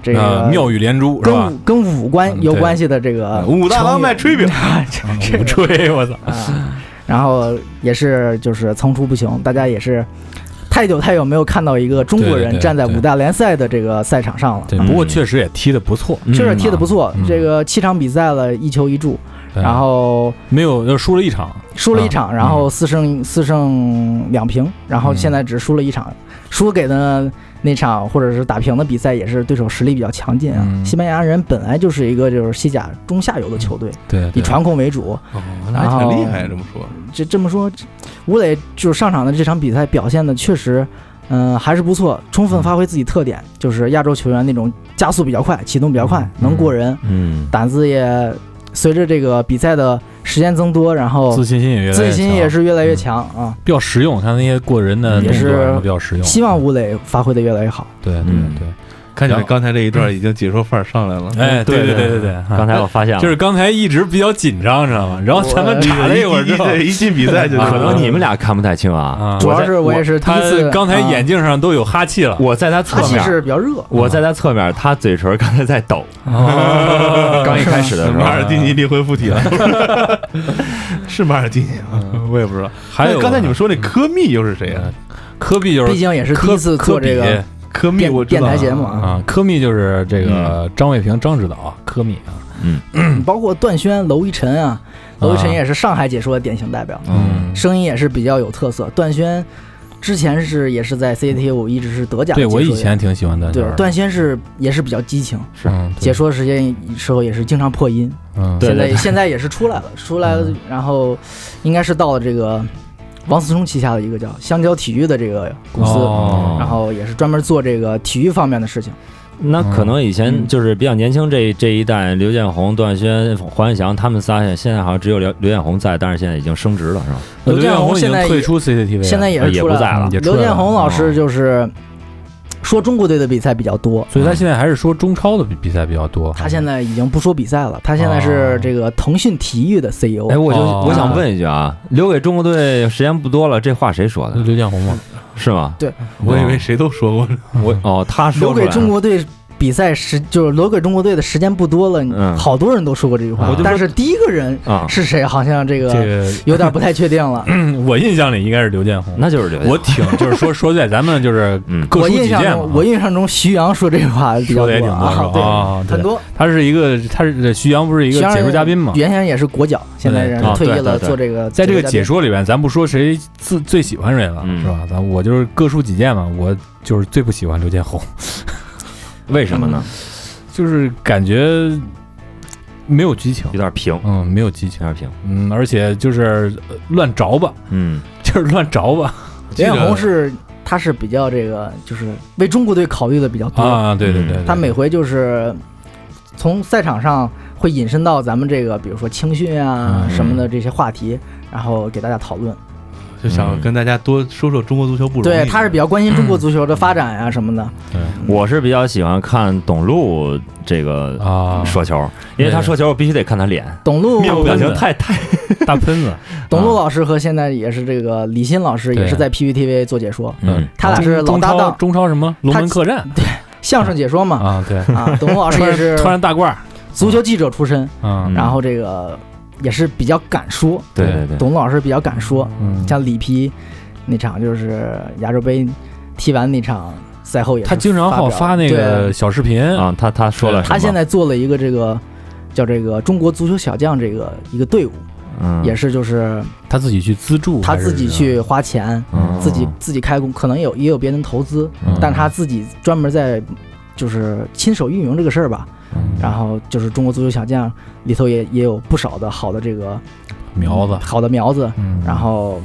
这呃个妙语连珠是跟吧？武跟武嗯关有对关系的这个武大郎成语卖炊饼， 这武吹我操！啊，然后也是就是层出不穷，大家也是太久太久没有看到一个中国对对人对站在对五大联赛的这个赛场上了，啊对，嗯不过确实也踢得不错，确实踢得不错嗯，这个七场比赛了，一球一助，嗯对然后。没有就输了一场，输了一场，嗯然后四胜四胜两平，然后现在只输了一嗯场，输给的那场或者是打平的比赛也是对手实力比较强劲啊。嗯西班牙人本来就是一个就是西甲中下游的球队，嗯对，以对传控为主。哦，那还挺厉害呀，这么说。这这么说，这吴磊就是上场的这场比赛表现的确实，嗯，还是不错，充分发挥自己特点，就是亚洲球员那种加速比较快，启动比较快，嗯能过人，嗯，胆子也随着这个比赛的时间增多，然后自信心也越来越自信心强嗯也是越来越强啊。比较实用，他那些过人的嗯也动作是都比较实用。希望吴磊发挥的越来越好。对对嗯对，看起来然后刚才这一段已经解说范儿上来了。嗯哎，对对对对对对，啊刚才我发现了，就是刚才一直比较紧张，知道吗？然后咱们我查了一会儿之后，哎一一一进比赛就啊可可能能你们俩看不太清啊。啊，主要是我我在也是第他一次，刚才啊眼镜上都有哈气了，我在他他侧气面，势比较热，我在他侧面，他嘴唇刚才在抖，啊 啊刚一开始嗯的时候，马嗯尔蒂尼灵魂附体了， 是马尔蒂尼吗？我也不知道。啊还有但刚才你们说那科密又是谁啊？科比就是毕竟也是第科一次科做比嗯这个科密电我知电道台节目哦啊，啊，科密就是这个嗯张卫平张指导啊，科密啊，包括段轩、娄艺晨啊，娄艺晨也是上海解说的典型代啊表，嗯，声音也是比较有特色。段轩之前是也是在 CCTV 五一直是得奖的对解说我员，以前挺喜欢的，对段轩是也是比较激情，嗯是解，说时间时候也是经常破音，嗯，对现在对现在也是出 来了，出来了嗯，然后应该是到了这个王思聪旗下的一个叫香蕉体育的这个公司。嗯哦然后也是专门做这个体育方面的事情，那可能以前嗯就是比较年轻这这一代，刘建宏、段轩、黄健翔他们仨，现在好像只有刘刘建宏在，但是现在已经升职了，是吧？刘建宏已现经在也退出 CCTV，了现在也呃是也出不来在了哦也出来刘了建宏老师就是说中国队的比赛比较多，所以他现在还是说中超的比比赛比较多。嗯他现在已经不说比赛了，他现在是这个腾讯体育的 E CEO 哎，。我就哦我想问一句啊，留给中国队时间不多了，这话谁说的？嗯刘建宏嘛，是吗？我以为谁都说过呢。我哦，他说留出来给了中国队比赛时，就是留给中国队的时间不多了，嗯好多人都说过这句话我就，说但是第一个人啊，是谁，好像这这个个嗯有点不太确定了。我印象里应该是刘建宏。那就是刘建宏我挺就是说说在咱们就是嗯 各我抒己印象见嘛啊中，，我印象中徐阳说这话比较说的也挺多是吧啊，啊对很多。他是一个他是徐阳不是一个徐阳解说嘉宾嘛。原先也是国脚，现在人对退役啊对了对对做这个。在这个解说，说里边，咱不说谁自最喜欢谁了，嗯是吧？咱我就是各抒己见嘛，我就是最不喜欢刘建宏， 为什么呢？就是感觉没有激情有，点平，有嗯，没有激情，点平。嗯，而且就是呃乱找吧， 嗯，就是乱找吧，刘建宏记得是他是比较这个，就是为中国队考虑的比较多。啊，对对对对，他嗯每回就是从赛场上会引申到咱们这个，比如说青训啊嗯什么的这些话题，然后给大家讨论。 就想跟大家多说说中国足球不容易。对，他是比较关心中国足球的发展啊什么的。我是比较喜欢看董路这个啊，说球，因为他说球我必须得看他脸，董路，面部表情太太大喷子，董路老师和现在也是这个李欣老师也是对在 PPTV 做解说，嗯，他俩是老中搭超档，中超什么龙门客栈相声解说嘛。啊，对，啊，董路老师穿也 是穿着大褂儿，足球记者出身，嗯，然后这个也是比较敢说，对对对，董路老师比较敢说。嗯，像里皮那场就是亚洲杯踢完那场赛后也是他经常好发发表那个对小视频，啊，他他说了什么？他现在做了一个这个叫这个中国足球小将这个一个队伍，嗯也是就是他自己去资助，他自己去花钱，嗯自己自己开工，可能有也有别人投资，嗯但他自己专门在。就是亲手运营这个事儿吧，嗯然后就是中国足球小将里头也也有不少的好的这个苗子，好的苗子，嗯然后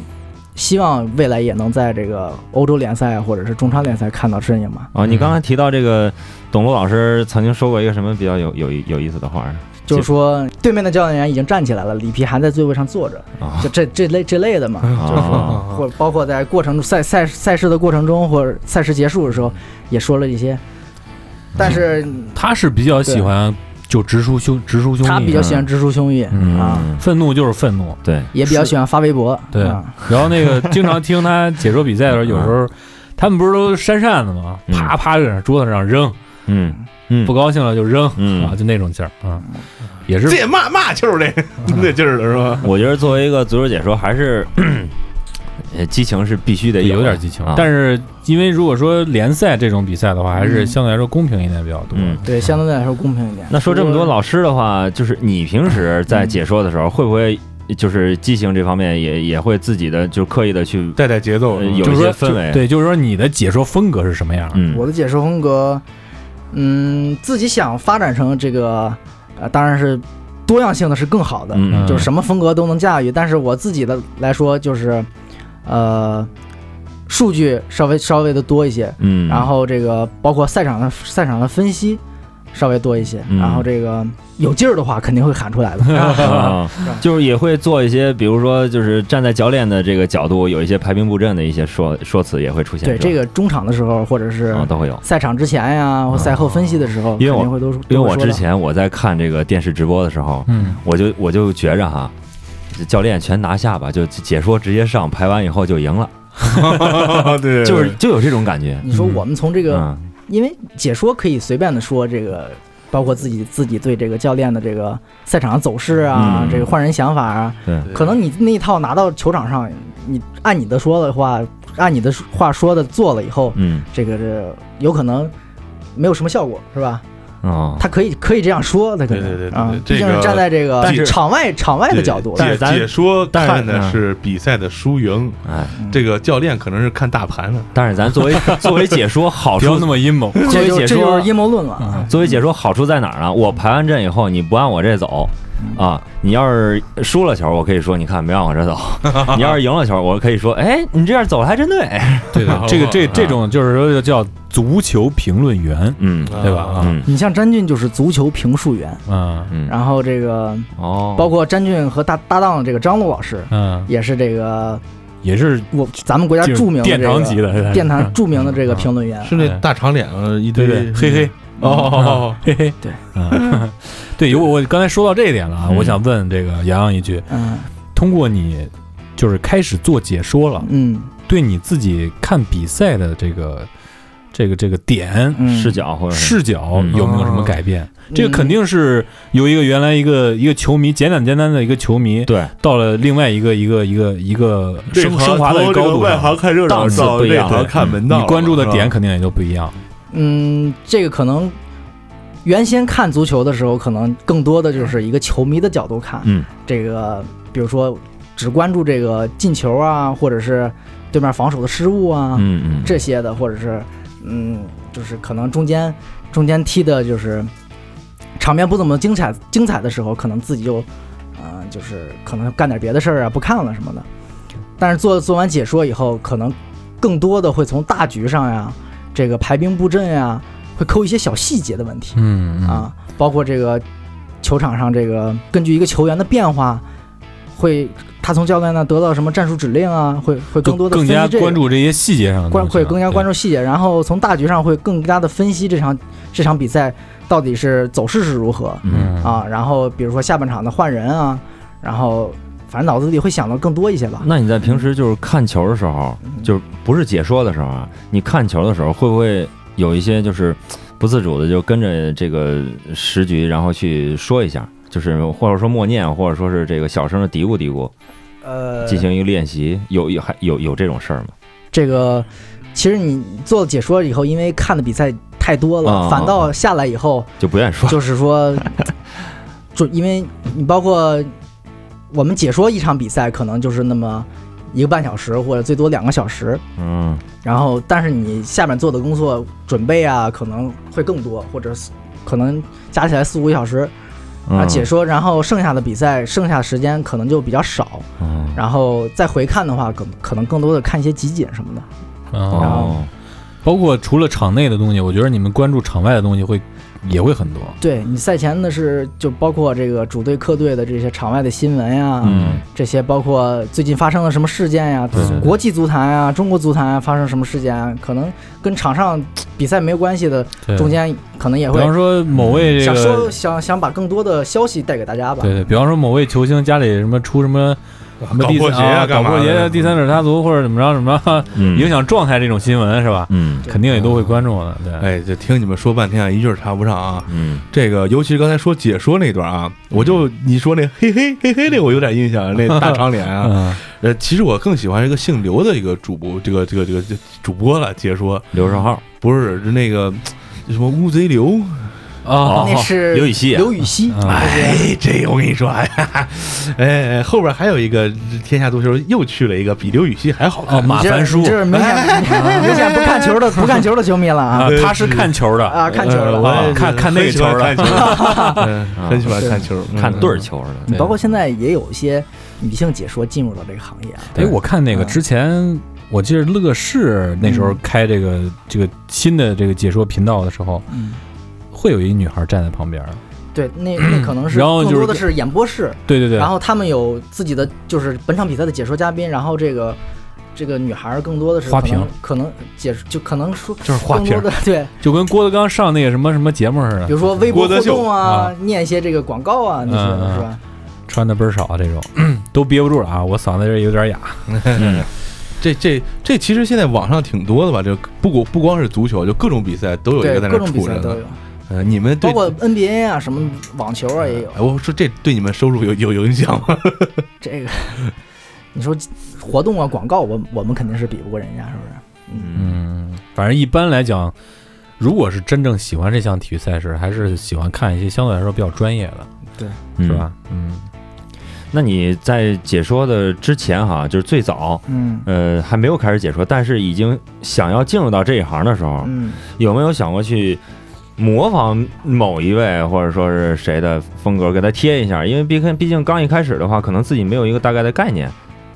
希望未来也能在这个欧洲联赛或者是中超联赛看到身影吧。啊，你刚才提到这个董路老师曾经说过一个什么比较有有有意思的话儿就是说，对面的教练员已经站起来了，里皮还在座位上坐 着，啊就这这类这类的嘛。嗯啊，或者包括在过程中赛赛赛事的过程中，或者赛事结束的时候，也说了一些，但是他是比较喜欢就直抒胸直抒胸臆，嗯他比较嗯喜欢直抒胸臆啊，嗯，愤怒就是 愤怒，对，也比较喜欢发微博。对啊然后那个经常听他解说比赛的 时候，有时候他们不是都扇扇子吗？嗯啪啪在桌子上扔，嗯嗯不高兴了就扔嗯啊，就那种劲儿啊，嗯也是这骂骂球这 那劲儿了是吧？我觉得作为一个足球解说，还是呃激情是必须得也有的点激情啊，但是因为如果说联赛这种比赛的话，还是相对来说公平一点比较多。嗯。对，相对来说公平一点。那说这么多老师的话，就是你平时在解说的时候，会不会就是激情这方面也也会自己的就刻意的去带带节奏呃是吧有就一是些说氛围？就对，就是说你的解说风格是什么样的？嗯，我的解说风格，嗯，自己想发展成这个，呃，当然是多样性的是更好的，嗯就是什么风格都能驾驭。但是我自己的来说，就是，呃，数据稍微稍微的多一些，嗯，然后这个包括赛场的赛场的分析稍微多一些，嗯然后这个有劲儿的话肯定会喊出来的。 啊，就是也会做一些，比如说就是站在教练的这个角度，有一些排兵布阵的一些说说辞也会出现，对，是吧这个中场的时候或者是啊都会有。赛场之前呀或赛后分析的时候，因肯为我定会都因为都会我说之的前我在看这个电视直播的时候，嗯，我就我就觉着哈，教练全拿下吧，就解说直接上，排完以后就赢了， 对，就是就有这种感觉。你说我们从这个，嗯，因为解说可以随便的说这个，包括自己自己对这个教练的这个赛场上走势啊，嗯这个换人想法啊，对，可能你那一套拿到球场上，你按你的说的话，按你的话说的做了以后，嗯，这个这有可能没有什么效果，是吧？哦，他可以可以这样说，他可能对对对对啊对，毕竟这个是站在这个但是场外场外的对角度了，但解是咱解说但是看的嗯是比赛的输赢，哎，嗯这个教练可能是看大盘的。但是咱作为作为解说，好不要那处么阴谋。作这为就解这就是说，阴谋论了啊。作为解说好处在哪儿呢？我排完阵以后，你不按我这走啊，你要是输了球，我可以说你看没按我这走；你要是赢了球，我可以说，哎，你这样走的还真对。对对对，这个这啊这种就是说叫足球评论员，嗯对吧？啊，嗯你像詹俊就是足球评述员，嗯嗯，然后这个哦，包括詹俊和搭搭档这个张璐老师，嗯，也是这个也是我咱们国家就是著名的这殿个堂级的，哎嗯殿堂著名的这个评论员，是那大长脸啊，一 对堆对，嘿嘿，哦，嘿嘿，对，嗯，对，我我刚才说到这一点了啊，嗯我想问这个洋洋一句，嗯通过你就是开始做解说了，嗯对你自己看比赛的这个这个这个点嗯，哦视角或者是视角嗯有没有什么改变？这个肯嗯定是由一个原来一个一个球迷简简单单的一个球迷，对到了另外一个一个一个一个升升华的高度外行上，看热闹，档次到不一内样行看门道了哎嘛，你关注的是吧点肯定也就不一样。嗯，这个可能原先看足球的时候，可能更多的就是一个球迷的角度看，嗯，这个比如说只关注这个进球啊，或者是对面防守的失误啊，嗯嗯，这些的，或者是嗯，就是可能中间中间踢的就是场面不怎么精彩精彩的时候，可能自己就呃就是可能干点别的事儿啊，不看了什么的。但是做做完解说以后，嗯可能更多的会从大局上呀，这个排兵布阵呀，会抠一些小细节的问题嗯，啊，包括这个球场上这个根据一个球员的变化，会他从教练那得到什么战术指令啊，会会就更多的更加关注这些细节啊上的东关西会了，更加关注细节，然后从大局上会更加的分析这场这场比赛到底是走势是如何对，嗯嗯，啊，然后比如说下半场的换人啊，然后反正脑子里会想的更多一些吧。那你在平时就是看球的时候，嗯就是不是解说的时候啊，你看球的时候会不会有一些就是不自主的就跟着这个时局，然后去说一下，就是或者说默念，或者说是这个小声的嘀咕嘀咕，呃，进行一个练习，有有还有有这种事儿吗？这个其实你做解说以后，因为看的比赛太多了，啊反倒下来以后就不愿意说，就 是 说，就因为你包括我们解说一场比赛，可能就是那么一个半小时或者最多两个小时，嗯然后，但是你下面做的工作准备啊，可能会更多，或者是可能加起来四五个小时，啊，嗯，解说，然后剩下的比赛，剩下时间可能就比较少，嗯然后再回看的话，可可能更多的看一些集锦什么的。然后哦，嗯包括除了场内的东西，我觉得你们关注场外的东西会也会很多。对你赛前的是就包括这个主队客队的这些场外的新闻呀、嗯这些包括最近发生了什么事件呀、对对对国际足坛啊、中国足坛啊发生什么事件啊，可能跟场上比赛没有关系的，对中间可能也比会方说某位这想说个，想想把更多的消息带给大家吧。对对，比方说某位球星家里什么出什么什么搞第破三鞋啊，干搞嘛破的鞋、第三者插足或者怎么着什么嗯 影响状态这种新闻是吧？嗯对肯定也都会关注的。对，哎，这听你们说半天啊，一句儿插不上啊。嗯这个，尤其是刚才说解说那段啊，我就你说那嘿嘿嘿嘿那，我有点印象，那大长脸啊。嗯，呃，其实我更喜欢一个姓刘的一个主播，这个这个这个这主播了解说，刘少浩不是是那个什么乌贼刘，哦，那是刘禹锡啊刘禹锡，嗯哎，这我跟你说， 哎哈哈，哎，后边还有一个天下足球又去了一个比刘禹锡还好看哦，马你这凡哎舒你这是明显 明显不看球的不看球的球迷了啊啊，他是看球的，啊，看球呃哎了我啊也。看看那个球了很喜欢看球，嗯很喜欢看球，嗯看对儿。球的，你包括现在也有一些女性解说进入到这个行业啊，哎，我看那个之前我记得乐视那嗯时候开这个、这个新的这个解说频道的时候，嗯，会有一女孩站在旁边儿。对，那那可能是然后更就多是的是演播室，对对对，然后他们有自己的就是本场比赛的解说嘉宾，然后这个这个女孩儿更多的是花可能瓶，可能解就可能说就是花更瓶多儿，啊的对，就跟郭德纲上那个什么什么节目似的比，如说微博郭德互秀动啊啊，念一些这个广告啊那些嗯的是吧？穿的倍儿少这种， 都憋不住了啊！我嗓子这有点哑。这这这其实现在网上挺多的吧？这不光不光是足球，就各种比赛都有一对个在，那各种比杵赛着都呢。有，呃，你们对包，括 NBA 啊，什么网球嗯啊也有哎。我说这对你们收入有有影响吗？这个你说活动啊广告，我我们肯定是比不过人家，是不是？嗯，反正一般来讲，如果是真正喜欢这项体育赛事，还是喜欢看一些相对来说比较专业的，嗯是？吧？嗯，那你在解说的之前哈，就是最早。嗯呃，还没有开始解说，但是已经想要进入到这一行的时候，嗯，有没有想过去模仿某一位或者说是谁的风格，给他贴一下？因为毕竟毕竟刚一开始的话，可能自己没有一个大概的概念，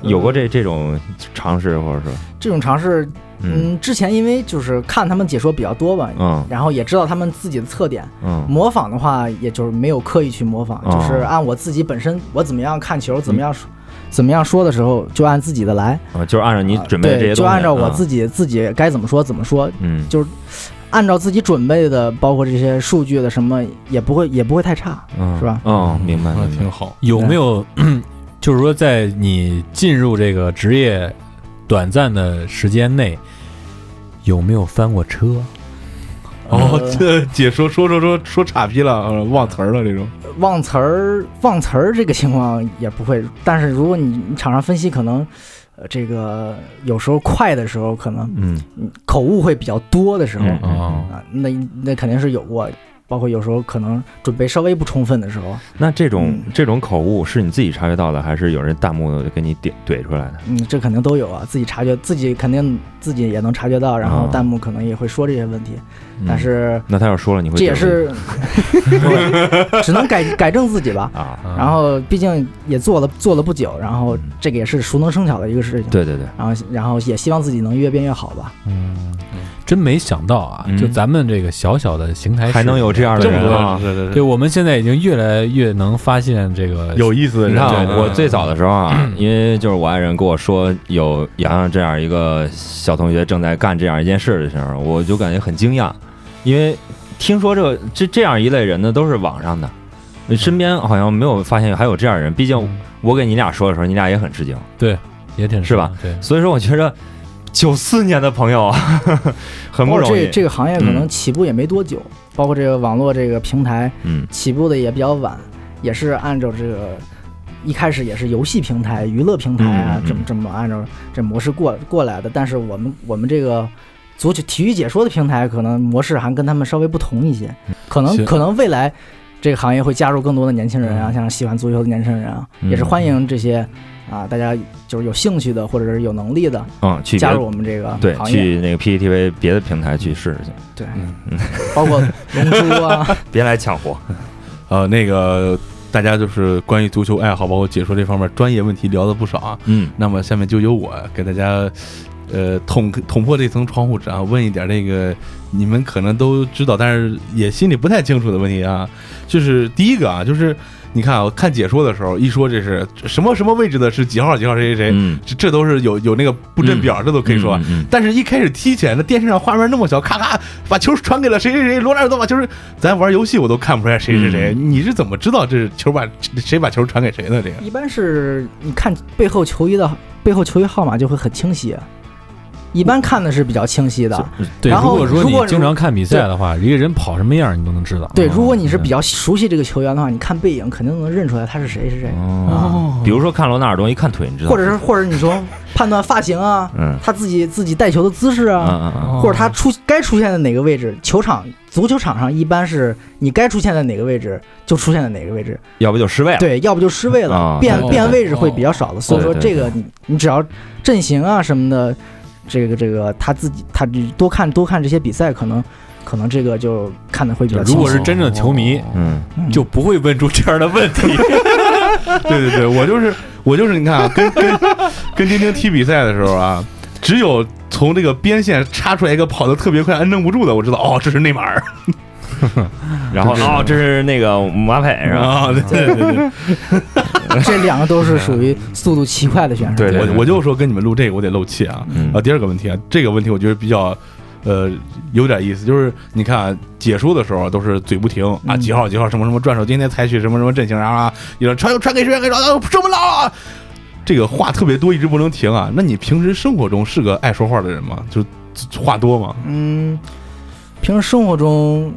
嗯有过这这种尝试，或者说，这种尝试，嗯嗯，之前因为就是看他们解说比较多吧，嗯然后也知道他们自己的特点，嗯模仿的话，也就是没有刻意去模仿，哦嗯就是按我自己本身我怎么样看球，怎么样说。怎么样说的时候就按自己的来，啊，就是按照你准备的啊这些对，东西，就按照我自己，己、自己该怎么说怎么说，嗯按照自己准备的，包括这些数据的什么，也不会也不会太差。嗯，是吧嗯，明白，啊明白挺好。有没有 就是说，在你进入这个职业短暂的时间内，有没有翻过车？哦呃，这解说说说说说岔劈了，呃忘词儿了这种。忘词儿忘词儿这个情况也不会，但是如果你你场上分析，可能呃这个有时候快的时候，可能嗯口误会比较多的时候、嗯哦啊，那那肯定是有过，包括有时候可能准备稍微不充分的时候，那这种嗯这种口误是你自己察觉到的，还是有人弹幕给你怼怼出来的？嗯，这肯定都有啊，自己察觉，自己肯定自己也能察觉到，然后啊弹幕可能也会说这些问题，嗯但是那他要说了，你会这也怼回去 是只能改改正自己吧。啊，然后毕竟也做了做了不久，然后这个也是熟能生巧的一个事情。对对对，然后然后也希望自己能越变越好吧。嗯，真没想到啊！嗯就咱们这个小小的邢台市还能有这样的这么人多啊人，！对对对，我们现在已经越来越能发现这个有意思的你人。看对啊，对我对最早的时候啊，嗯因为就是我爱人跟我说有洋洋这样一个小同学正在干这样一件事的时候，我就感觉很惊讶，因为听说这个这这样一类人呢都是网上的，身边好像没有发现还有这样人。毕嗯竟我给你俩说的时候，你俩也很吃惊，也挺是吧？对，所以说我觉得九四年的朋友啊， 很不包括容易哦嗯这。这个行业可能起步也没多久，包括这个网络这个平台嗯起步的也比较晚，也是按照这个一开始也是游戏平台、娱乐平台啊嗯，嗯嗯这么这么按照这模式过过来的。但是我们我们这个。足球体育解说的平台可能模式还跟他们稍微不同一些，嗯可能行可能未来这个行业会加入更多的年轻人啊，像喜欢足球的年轻人啊，嗯也是欢迎这些啊大家就是有兴趣的或者是有能力的嗯，去别加入我们这个对行业。去那个 PPTV 别的平台去试试去，对，包括龙 珠啊，别来抢活。呃，那个大家就是关于足球爱好，包括解说这方面专业问题聊了不少啊。嗯，那么下面就由我给大家，呃，捅捅破这层窗户纸啊，问一点这个你们可能都知道，但是也心里不太清楚的问题啊。就是第一个啊，就是你看啊，看解说的时候一说这是什么什么位置的是几号几号谁谁谁，嗯，这这都是有有那个布阵表，这都可以说。嗯，嗯但是，一开始踢起来，那电视上画面那么小，咔咔把球传给了谁谁谁，罗纳尔多把球，咱玩游戏我都看不出来谁是谁。你是怎么知道这是球把谁把球传给谁的？这个一般是你看背后球衣的背后球衣号码就会很清晰，一般看的是比较清晰的。嗯对，然如后果说如你果经常看比赛的话，一个人跑什么样你都能知道。哦对，嗯如果你是比较熟悉这个球员的话，你看背影肯定能认出来他是谁是谁，哦，比如说看罗纳尔多，一看腿，你知道，或者是或者你说判断发型啊，嗯 他自己自己带球的姿势嗯啊，嗯嗯，或者他出该出现在哪个位置，球场足球场上一般是你该出现在哪个位置就出现在哪个位置，要不就失位了。对，要不就失位了，啊变对变位置会比较少的。所以说对对这个你你只要阵型啊什么的，这个这个他自己他多看多看这些比赛，可能可能这个就看的会比就较如清果晰是。真正的球迷，嗯，嗯就不会问出这样的问题。对对对，我就是我就是你看啊，跟跟跟丁丁踢比赛的时候啊，只有从这个边线插出来一个跑得特别快、按正不住的，我知道哦，这是内马尔然后哦，这是嗯那个马佩是吧？啊！对对对对，这两个都 是属于速度奇快的选手。对我我就说跟你们录这个，我得漏气啊！嗯啊，第二个问题啊，这个问题我觉得比较，呃，有点意思，就是你看啊解说的时候啊都是嘴不停啊，嗯几号几号什么什么转手，今天采取什么什么阵型，然后啊，有人传球传给谁传给谁，啊什么了啊？这个话特别多，一直不能停啊。那你平时生活中是个爱说话的人吗？就是话多吗？嗯，平时生活中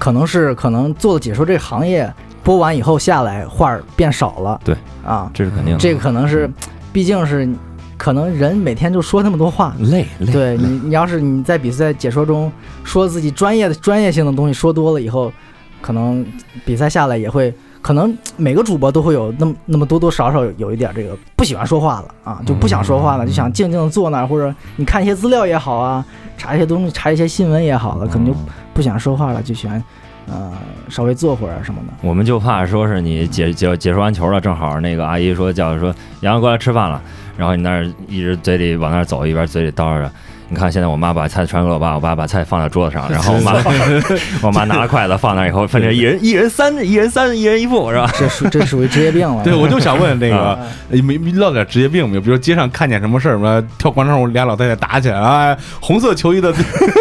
可能是可能做了解说这个行业，播完以后下来话儿变少了。对嗯啊，这是肯定的，这个可能是，毕竟是可能人每天就说那么多话。累 累，对你，你要是你在比赛解说中说自己专业的专业性的东西说多了以后，可能比赛下来也会，可能每个主播都会有那么那么多多少少有有一点这个不喜欢说话了啊，就不想说话了，就想静静的坐那儿，或者你看一些资料也好啊，查一些东西，查一些新闻也好了，可能就嗯不想说话了，就喜欢呃稍微坐会儿啊什么的。我们就怕说是你解解解说完球了，正好那个阿姨说叫说洋洋过来吃饭了，然后你那儿一直嘴里往那儿走，一边嘴里叨着。你看，现在我妈把菜传给我爸，我爸把菜放在桌子上，然后我妈 我妈拿了筷子放那儿以后，分成一人一人三一人三一人一副是吧？这属这属于职业病了。对，我就想问那个啊，哎没没落点职业病没有？比如街上看见什么事儿嘛，跳广场舞俩老太太打起来啊，哎红色球衣的，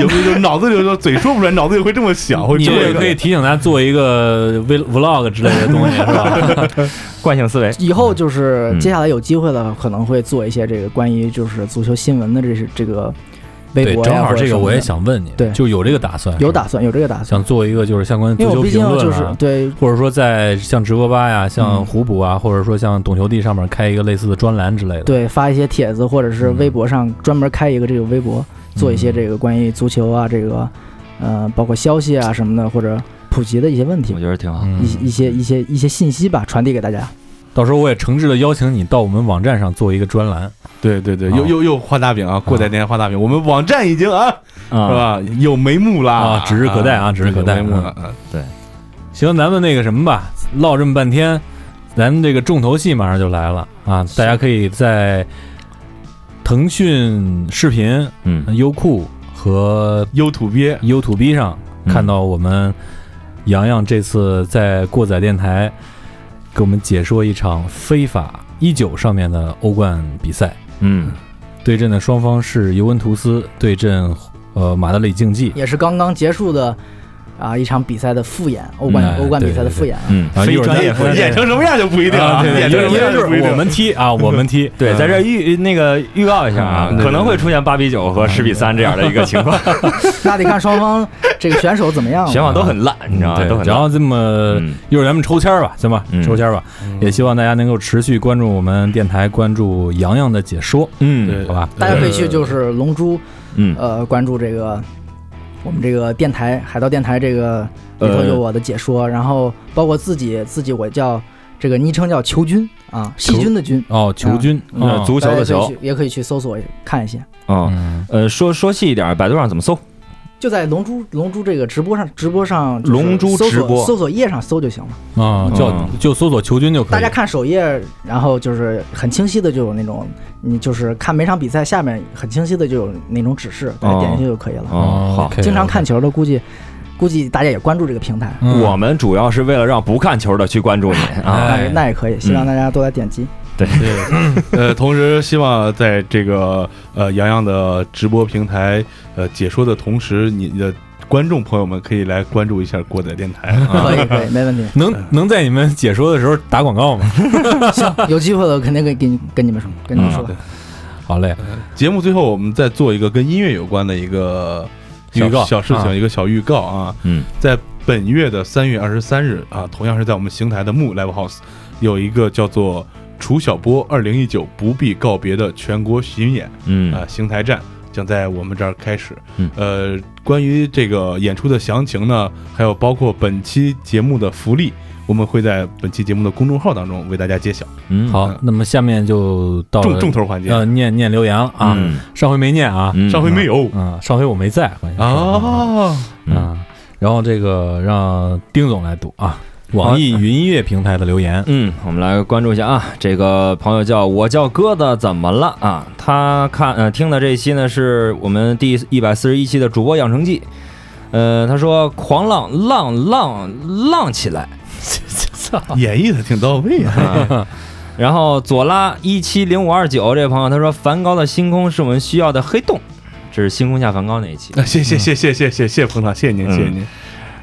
有没有就脑子里就嘴说不出来，脑子里会这么想，会你这这么个可以提醒咱做一个 v vlog 之类的 东西是吧？惯性思维，以后就是嗯接下来有机会了，可能会做一些这个关于就是足球新闻的这是这个微对，博呀正好或者这什个么我也的想问你，对就有这个打算是吧，有打算，有这个打算，想做一个就是相关因足为球我毕评竟论就是啊，对或者说在像直播吧呀、像嗯虎扑啊，或者说像懂球帝上面开一个类似的专栏之类的。对发一些帖子，或者是微博上专门开一个这个微博，做一些这个关于足球啊这个呃包括消息啊什么的，或者普及的一些问题我，觉得挺好。嗯，一一些一些一些信息吧，传递给大家。到时候我也诚挚的邀请你到我们网站上做一个专栏。对对对，啊又又又画大饼啊！过载电台画大饼，我们网站已经啊，是啊，吧？有眉目啦啊，指日可待啊指日可待有眉目了。嗯行，咱们那个什么吧，唠这么半天，咱们这个重头戏马上就来了啊！大家可以在腾讯视频、嗯，优酷和优土鳖，优土 B 上嗯看到我们洋洋这次在过载电台给我们解说一场非法一九上面的欧冠比赛，嗯，对阵的双方是尤文图斯对阵呃马德里竞技，也是刚刚结束的啊一场比赛的复演，欧冠嗯哎欧冠对比赛的对复演啊。嗯，啊，非专业一会儿咱演成什么样就不一定了，啊，对演对成什么对，因为样就不一是我定。嗯们踢 啊，我们踢，对，在这儿预那个预告一下啊嗯，对可能会出现八比九和十比三这样的一个情况，那得看双方这个选手怎么 样情了。况都很烂，你知道吗？对啊都很烂。然后呃这么嗯一会儿咱们抽签儿吧，行吧嗯，抽签儿吧，也希望大家能够持续关注我们电台，关注洋洋的解说，嗯对好吧？大家可以去就是龙珠，嗯，呃，关注这个我们这个电台海盗电台这个里头呃有我的解说，然后包括自己自己我叫这个昵称叫球菌啊，细菌的菌，哦，球军，那哦嗯足球大的家可以球去也可以去搜索看一下，啊，嗯呃，说说细一点，百度上怎么搜？就在龙珠龙珠这个直播上直播上就是龙珠搜直播索搜索页上搜就行了，啊，叫嗯就搜索球军就可以。大家看首页，然后就是很清晰的就有那种你就是看每场比赛下面很清晰的就有那种指示，大家点进去就可以了。哦，好。 OK，经常 OK 看球的，估计估计大家也关注这个平台，嗯我们主要是为了让不看球的去关注你啊，哎那也那也可以，希望大家多来点击。呃，同时希望在这个呃洋洋的直播平台呃解说的同时，你的观众朋友们可以来关注一下过载电台。啊啊 可以可以，没问 题。能能在你们解说的时候打广告吗？行，有机会了，肯定跟跟跟你们说，跟你们说嗯。好嘞，节目最后，我们再做一个跟音乐有关的一个预小告小事情，啊一个小预告啊。嗯，在本月的三月二十三日啊，同样是在我们邢台的木 Live House 有一个叫做“楚小波二零一九不必告别”的全国巡演嗯啊，邢台站将在我们这儿开始。嗯呃，关于这个演出的详情呢，还有包括本期节目的福利，我们会在本期节目的公众号当中为大家揭晓。嗯，好，那么下面就到重了重头环节，呃念念留言了啊，嗯上回没念啊，嗯上回没有嗯，上回我没在，关键是啊。嗯，然后这个让丁总来读啊，网易云音乐平台的留言，嗯，我们来关注一下啊，这个朋友叫我叫鸽子，怎么了啊？他看呃听的这一期呢是我们第一百四十一期的主播养成记，呃，他说狂浪浪浪浪起来， 演绎的挺到位啊。啊、然后左拉一七零五二九这位朋友他说梵高的星空是我们需要的黑洞，这是星空下梵高那一期，啊谢谢谢谢谢谢谢谢捧场，谢谢您，嗯谢谢您。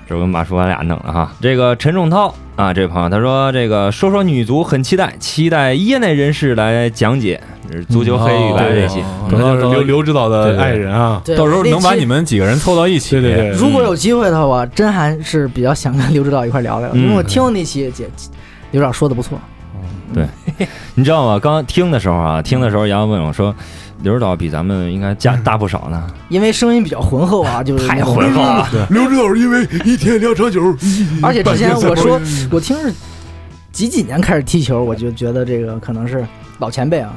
这我跟马叔俺俩弄了哈。这个陈仲涛啊，这位朋友他说这个说说女足很期待，期待业内人士来讲解这是足球黑与白这期。主要是到刘刘指导对的对爱人啊，对到时候能把那期你们几个人凑到一起，对对对，如果有机会的话，我真还是比较想跟刘指导一块聊聊，嗯因为我听过那期姐刘指导说的不错，你知道吗？刚听的时候啊，听的时候杨洋问我说，刘指导比咱们应该加大不少呢。因为声音比较浑厚 啊，就是太那种浑厚了，刘指导是因为一天两场球，而且之前半天三我包说，我听是几几年开始踢球，我就觉得这个可能是老前辈啊，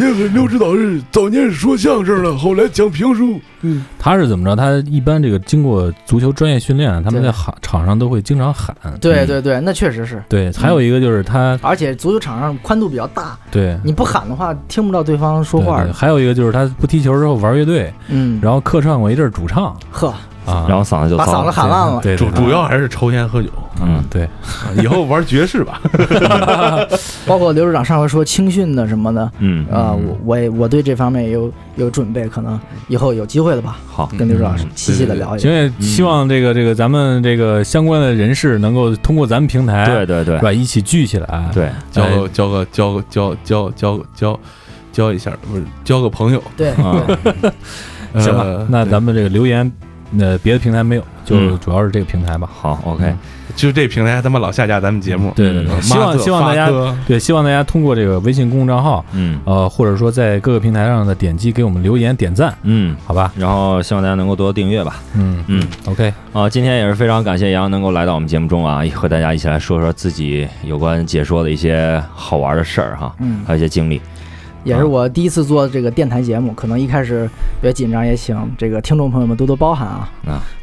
因为刘指导是早年是说相声的，后来讲评书，他是怎么着？他一般这个经过足球专业训练，他们对在喊场上都会经常喊。对嗯对嗯对，那确实是，对，还有一个就是他而且足球场上宽度比较大，对你不喊的话听不到对方说对话对，，还有一个就是他不踢球之后玩乐队，嗯，然后客串过一阵儿主唱呵，啊，然后嗓子就把糟嗓子了。喊烂了，哎对，对主对主要还是抽烟喝酒，嗯，对，以后玩爵士吧。包括刘指导上回说青训的什么的。嗯，啊、嗯我我也我对这方面也有有准备，可能以后有机会的吧，好，跟刘指导嗯细细的聊一行，聊。也希望这个这个咱们这个相关的人士能够通过咱们平台，对对是对吧？一起聚起来，对，交个交个交个交交交交交一下，不是交个朋友。对，嗯，哎，行吧呃，那对咱们这个留言，呃，别的平台没有，就嗯主要是这个平台吧。好，OK，就这平台他妈老下架咱们节目，对对对，希望希望大家对希望大家通过这个微信公众账号，嗯呃，或者说在各个平台上的点击给我们留言点赞，嗯，好吧？然后希望大家能够多多订阅吧。嗯嗯， ，OK，啊，今天也是非常感谢杨洋能够来到我们节目中啊，和大家一起来说说自己有关解说的一些好玩的事儿哈，嗯，还有一些经历。也是我第一次做这个电台节目，可能一开始比较紧张，也请这个听众朋友们多多包涵啊。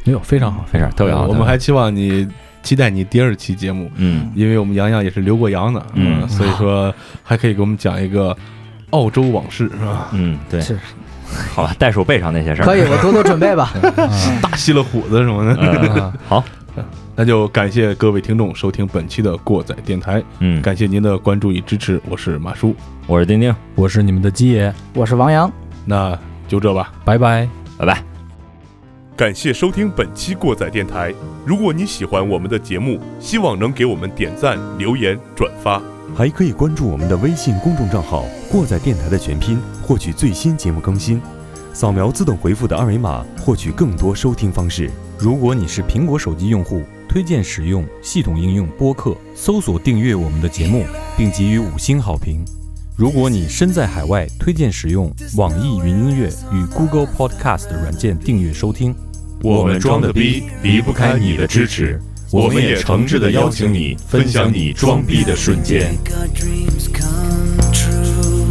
没有非常好，没事，特别好。呃我们还期望你期待你第二期节目，嗯因为我们洋洋也是留过洋的，呃嗯所以说还可以给我们讲一个澳洲往事是吧？嗯，对，是好吧，袋鼠背上那些事儿可以，。我多多准备吧。大吸了虎子什么的，呃好， 那就感谢各位听众收听本期的过载电台，嗯，感谢您的关注与支持，我是马叔，我是丁丁， 我是你们的鸡爷，我是王洋。那就这吧。拜拜。拜拜。感谢收听本期过载电台。如果你喜欢我们的节目，希望能给我们点赞、留言、转发。还可以关注我们的微信公众账号“过载电台”的全拼，获取最新节目更新。扫描自动回复的二维码，获取更多收听方式。如果你是苹果手机用户，推荐使用系统应用播客，搜索订阅我们的节目，并给予五星好评。如果你身在海外，推荐使用网易云音乐与 Google Podcast 软件订阅收听。我们装的逼离不开你的支持，我们也诚挚地邀请你分享你装逼的瞬间。 make our dreams come true.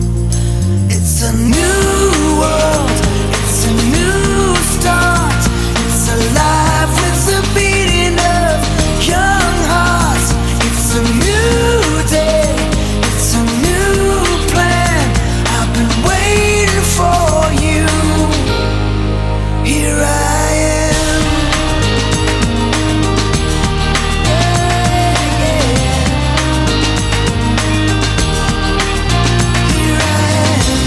It's a new world, it's a new start. It's alive with the beating of young hearts. It's a new day, it's a new plan. I've been waiting for you. Here I am. Yeah, yeah. Here I am. Oh,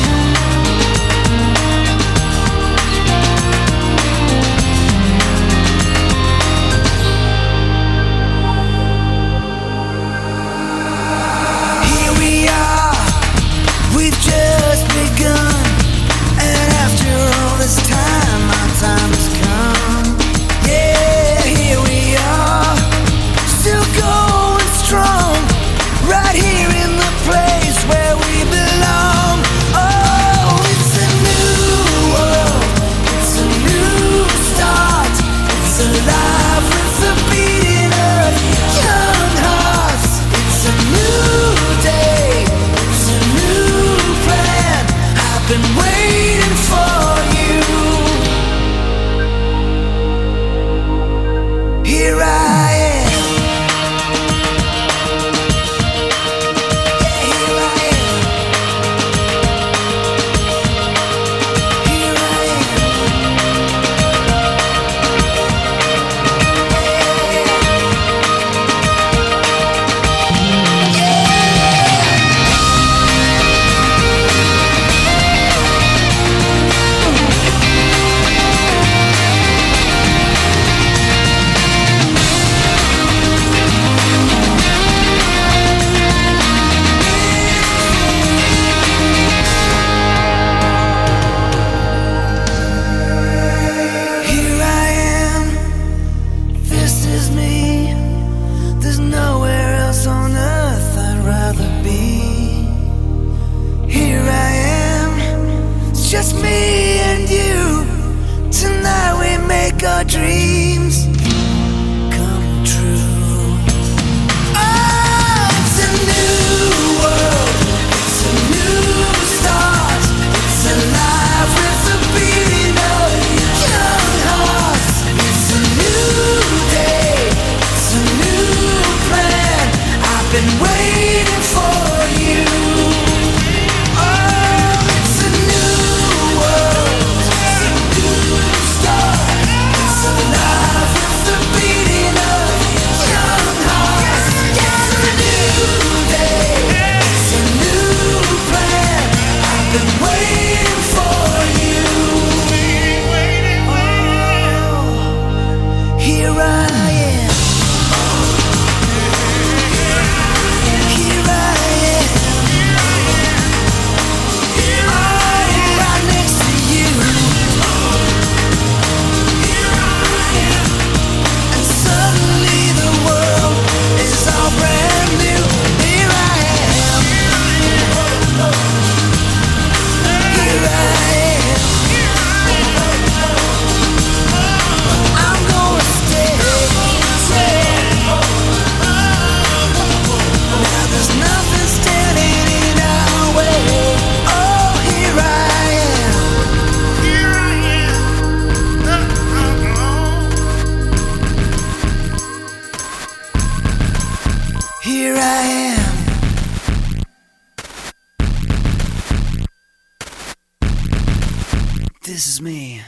Oh, waiting for you. Oh, it's a new world, it's a new start. It's alive with the beating of young hearts. It's a new day, it's a new plan. I've been waiting for you. Oh, here I am. Here I am. I am right next to you. And suddenly the world is all brand new. Here I am. Here I am. I'm gonna stay. Now there's nothing standing in our way. Oh, here I am. Here I am. Here I am. This is me.